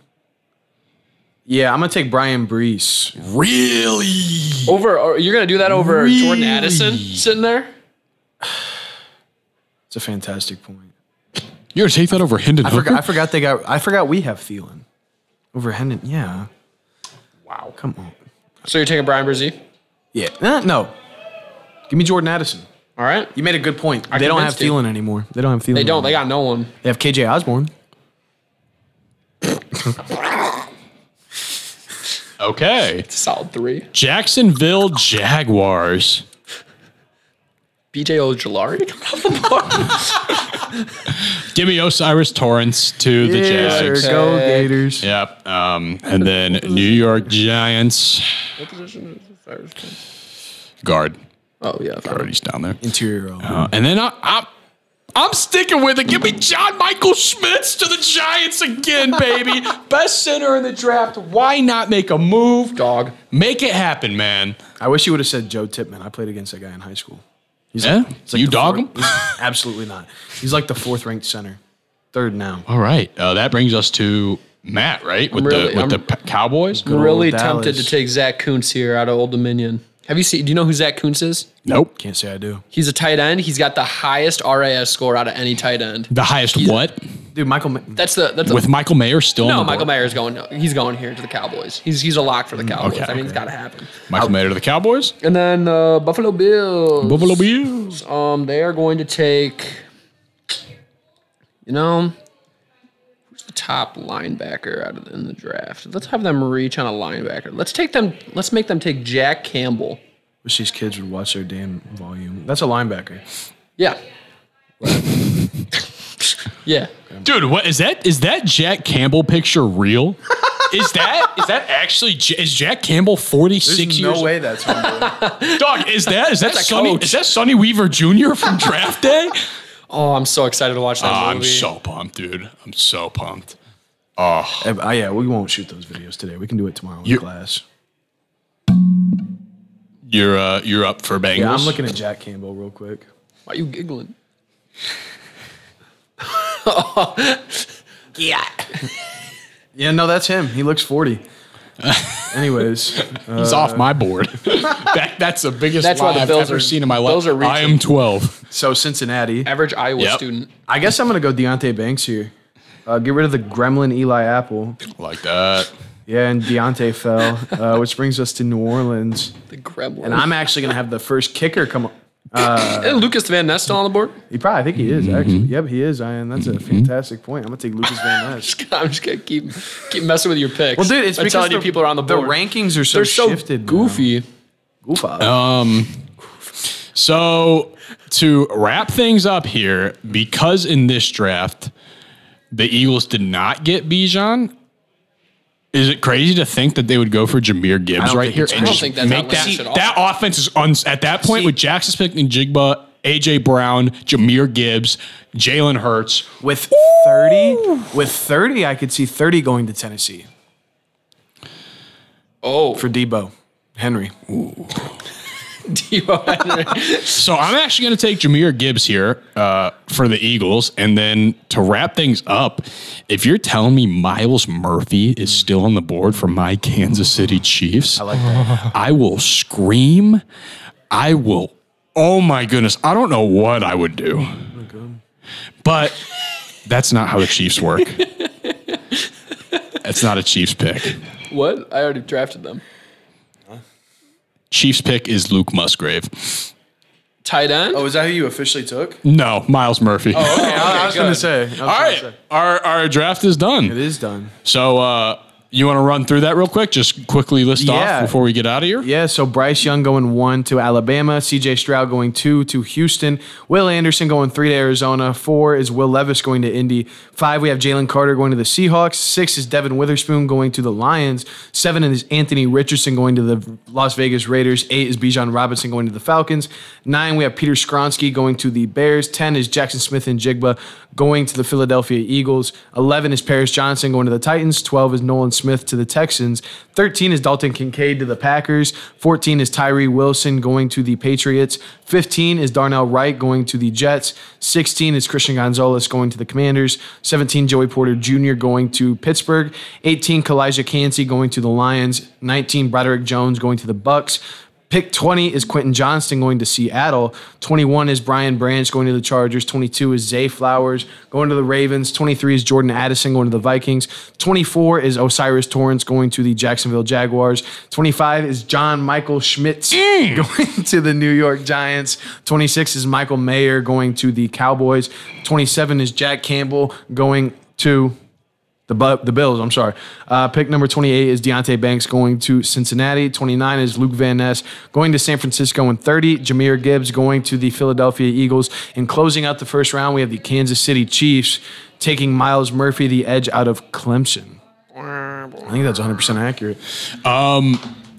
B: Yeah, I'm gonna take Brian Brees.
C: Really?
D: Over or you're gonna do that over Jordan Addison sitting there?
B: It's a fantastic point.
C: You're gonna take that over Hendon
B: I
C: Hooker?
B: forgot. I forgot they got. I forgot we have Thielen over Hendon. Yeah. Wow. Come on.
D: So you're taking Brian Brzee?
B: Yeah. Eh, no. Give me Jordan Addison.
D: All right.
B: You made a good point. they don't have
D: convinced you.
B: Thielen anymore. They don't have Thielen.
D: They don't. They got no one.
B: They have KJ Osborne.
C: Okay.
D: Solid three.
C: Jacksonville Jaguars.
D: BJ Ojolari coming off the board.
C: Give me Osiris Torrance to the
B: Yes, sir.
C: Jags.
B: Go Gators.
C: Yep. Um, and then New York Giants
D: what position is Cyrus?
C: guard.
D: Oh yeah,
C: Guard, he's down there.
B: Interior. O.
C: Uh, and then I, I, I'm sticking with it. Give me John Michael Schmitz to the Giants again, baby. Best center in the draft. Why not make a move?
D: dog.
C: Make it happen, man.
B: I wish you would have said Joe Tipman. I played against that guy in high school. He's
C: Yeah?
B: he's
C: You
B: the
C: dog
B: fourth-
C: him?
B: he's- Absolutely not. He's like the fourth ranked center, third now.
C: All right. Uh, that brings us to Matt, right? With
D: really-
C: the with
D: I'm-
C: the P- Cowboys.
D: I'm really tempted
B: Dallas.
D: to take Zach Kuntz here out of Old Dominion. Have you seen? Do you know who Zach Kuntz is?
C: Nope.
B: Can't say I do.
D: He's a tight end. He's got the highest RAS score out of any tight end.
C: The highest what?
B: Dude, Michael. Ma-
D: That's the that's
C: With
D: a,
C: Michael Mayer still on
D: no
C: the
D: Michael
C: board?
D: Mayer's going. He's going here to the Cowboys. He's he's a lock for the Cowboys.
C: Mm, okay,
D: I mean, it's got to happen.
C: Michael Mayer to the Cowboys.
D: And then uh, Buffalo Bills.
C: Buffalo Bills.
D: Um, they are going to take. You know, who's the top linebacker out of in the draft? Let's have them reach on a linebacker. Let's take them. Let's make them take Jack Campbell.
B: wish these kids would watch their damn volume. That's a linebacker.
D: Yeah. yeah.
C: Dude, what is that? Is that Jack Campbell picture real? Is that is that actually J- is Jack Campbell forty six years?
B: way that's him.
C: old? Dog, is that is that
D: That's a
C: Sonny?
D: coach.
C: Is that Sonny Weaver Jr. from Draft Day?
D: Oh, I'm so excited to watch that
C: Ah, I'm
D: movie.
C: so pumped, dude. I'm so pumped.
B: uh, yeah, we won't shoot those videos today. We can do it tomorrow in
C: You-
B: class.
C: You're uh, you're up for Bengals.
B: Yeah, I'm looking at Jack Campbell real quick.
D: Why are you giggling?
B: Yeah, no, that's him. He looks 40. Anyways, uh,
C: He's off my board. that, that's the biggest
D: That's why
C: lie
D: the
C: I've
D: Bills
C: ever
D: are-
C: seen in my life.
D: Bills are
C: I am twelve.
B: so Cincinnati.
D: Average Iowa
C: Yep.
D: student.
B: I guess I'm going to go Deontay Banks here. Uh, get rid of the gremlin Eli Apple.
C: Like that.
B: Yeah, and Deontay fell, uh, which brings us to New Orleans.
D: The gremlin.
B: And I'm actually going to have the first kicker come.
D: Isn't Lucas Van Ness still on the board?
B: He probably, I think he
C: Mm-hmm.
B: is actually. Yep, he is. Ian, that's a fantastic point. I'm going to take Lucas Van Ness.
D: I'm just gonna keep keep messing with your picks.
B: Well, dude, it's
D: I'm
B: because
D: telling you
B: the-
D: people are on the
B: the
D: board.
B: rankings are so uh,
D: They're so
B: shifted now.
D: goofy.
B: Goof up.
C: Um, so to wrap things up here, because in this draft the Eagles did not get Bijan, is it crazy to think that they would go for Jameer Gibbs
B: don't
C: right
B: think
C: here
B: it's crazy. I
C: and
B: don't
C: just
D: think that's
C: make
D: outlandish
C: that
D: at all.
C: that offense is un, at that point with Jackson Smith and Jigba, AJ Brown, Jameer Gibbs, Jalen Hurts.
B: With 30, with 30, I could see 30 going to Tennessee
D: Oh,
B: for Debo Henry.
D: Debo Henry.
C: So I'm actually going to take Jameer Gibbs here uh, for the Eagles, and then to wrap things up, if you're telling me Miles Murphy is still on the board for my Kansas City Chiefs, I
B: like that.
C: will scream. I will. Oh my goodness! I don't know what I would do, but that's not how the Chiefs work. That's not a Chiefs pick.
D: what? I already drafted them.
C: Chiefs pick is Luke Musgrave.
D: Tight end.
B: Oh, is that who you officially took?
C: No, Miles Murphy.
B: Oh, I was going to say. I was
C: All
B: gonna
C: right,
B: say.
C: our our draft is done.
B: It is done.
C: So uh, you want to run through that real quick? Just quickly list
B: Yeah.
C: off before we get out of here.
B: Yeah, so Bryce Young going one to Alabama, CJ Stroud going two to Houston, Will Anderson going three to Arizona, four is Will Levis going to Indy, five we have Jalen Carter going to the Seahawks, six is Devin Witherspoon going to the Lions, seven is Anthony Richardson going to the Las Vegas Raiders, eight is Bijan Robinson going to the Falcons, nine we have Peter Skronsky going to the Bears, ten is Jackson Smith and Jigba going to the Philadelphia Eagles, eleven is Paris Johnson going to the Titans, twelve is Nolan Smith to the Texans, thirteen is Dalton Kincaid to the Packers, fourteen is Tyree Wilson going to the Patriots, fifteen is Darnell Wright going to the Jets, sixteen is Christian Gonzalez going to the Commanders, seventeen Joey Porter Jr. going to Pittsburgh, eighteen Kalijah Cansey going to the Lions, nineteen Broderick Jones going to the Bucks. Pick 20 is Quentin Johnston going to Seattle. 21 is Brian Branch going to the Chargers. 22 is Zay Flowers going to the Ravens. 23 is Jordan Addison going to the Vikings. 24 is Osiris Torrance going to the Jacksonville Jaguars. 25 is John Michael Schmitz going to the New York Giants. 26 is Michael Mayer going to the Cowboys. 27 is Jack Campbell going to The, Bu- the Bills, I'm sorry. Uh, pick number 28 is Deontay Banks going to Cincinnati. 29 is Luke Van Ness going to San Francisco. And 30, Jameer Gibbs going to the Philadelphia Eagles. And closing out the first round, we have the Kansas City Chiefs taking Miles Murphy, the edge out of Clemson. I think that's 100% accurate.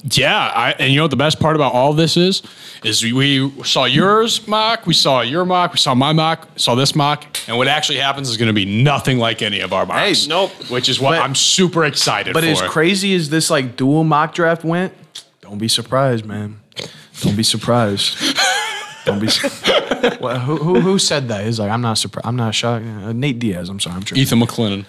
C: Yeah, I, and you know what the best part about all this is, is we, we saw yours mock, we saw your mock, we saw my mock, saw this mock, and what actually happens is going to be nothing like any of our mocks.
B: Hey,
C: nope. Which is what
B: But-
C: I'm super excited
B: But
C: for.
B: as crazy as this like dual mock draft went, don't be surprised, man. Don't be surprised. don't be. Su- well, who, who who said that? He's like, I'm not surprised. I'm not shocked. Uh, Nate Diaz. I'm sorry. I'm tripping.
C: Ethan McClennan.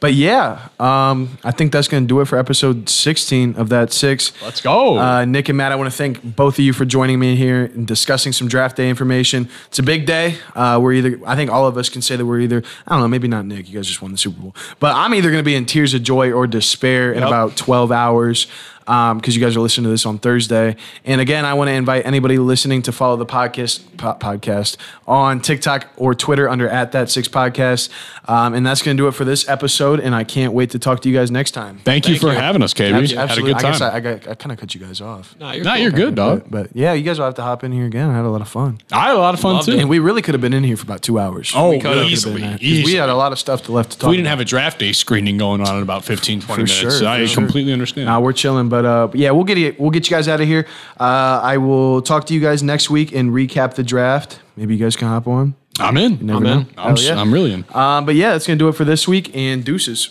B: But yeah, um, I think that's gonna do it for episode 16 of that six.
C: Let's go.
B: Uh, Nick and Matt, I want to thank both of you for joining me here and discussing some draft day information. It's a big day. Uh, we're either, I think all of us can say that we're either, I don't know, maybe not Nick. You guys just won the Super Bowl, but I'm either going to be in tears of joy or despair in
C: Yep.
B: about 12 hours because you guys are listening to this on Thursday. And again, I want to invite anybody listening to follow the podcast po- podcast on TikTok or Twitter under at that six podcast. Um, and that's going to do it for this episode. And I can't wait to talk to you guys next time.
C: Thank, you
D: thank
C: for
D: you.
C: having us, KB. Had a
B: Absolutely. I
C: good
B: guess
C: time.
B: I, I, got- I kind of cut you guys off.
D: Nah, you're
C: Nah,
D: cool.
C: you're good, dog.
B: But yeah, you guys will have to hop in here again. I had a lot of fun.
C: I had a lot of fun
D: Loved
C: too.
D: it.
B: And we really could have been in here for about two hours.
C: oh,
B: we,
D: could've
C: easily,
B: could have been in there, 'cause we
C: easily.
B: had a lot of stuff to left to talk.
C: we didn't
B: about.
C: have a draft day screening going on in about 15, 20 minutes.
B: For sure,
C: I
B: for sure.
C: completely understand.
B: Nah, we're chilling, but uh, yeah, we'll get it. We'll get you guys out of here. Uh, I will talk to you guys next week and recap the draft. Maybe you guys can hop on.
C: I'm in.
B: Never
C: I'm
B: know.
C: in. I'm,
B: Hell yeah.
C: I'm really in.
B: Um, but yeah, that's gonna do it for this week. And deuces.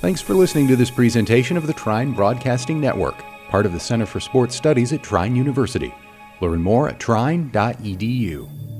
A: Thanks for listening to this presentation of the Trine Broadcasting Network, part E of the Center for Sports Studies at Trine University. Learn more at trine.edu.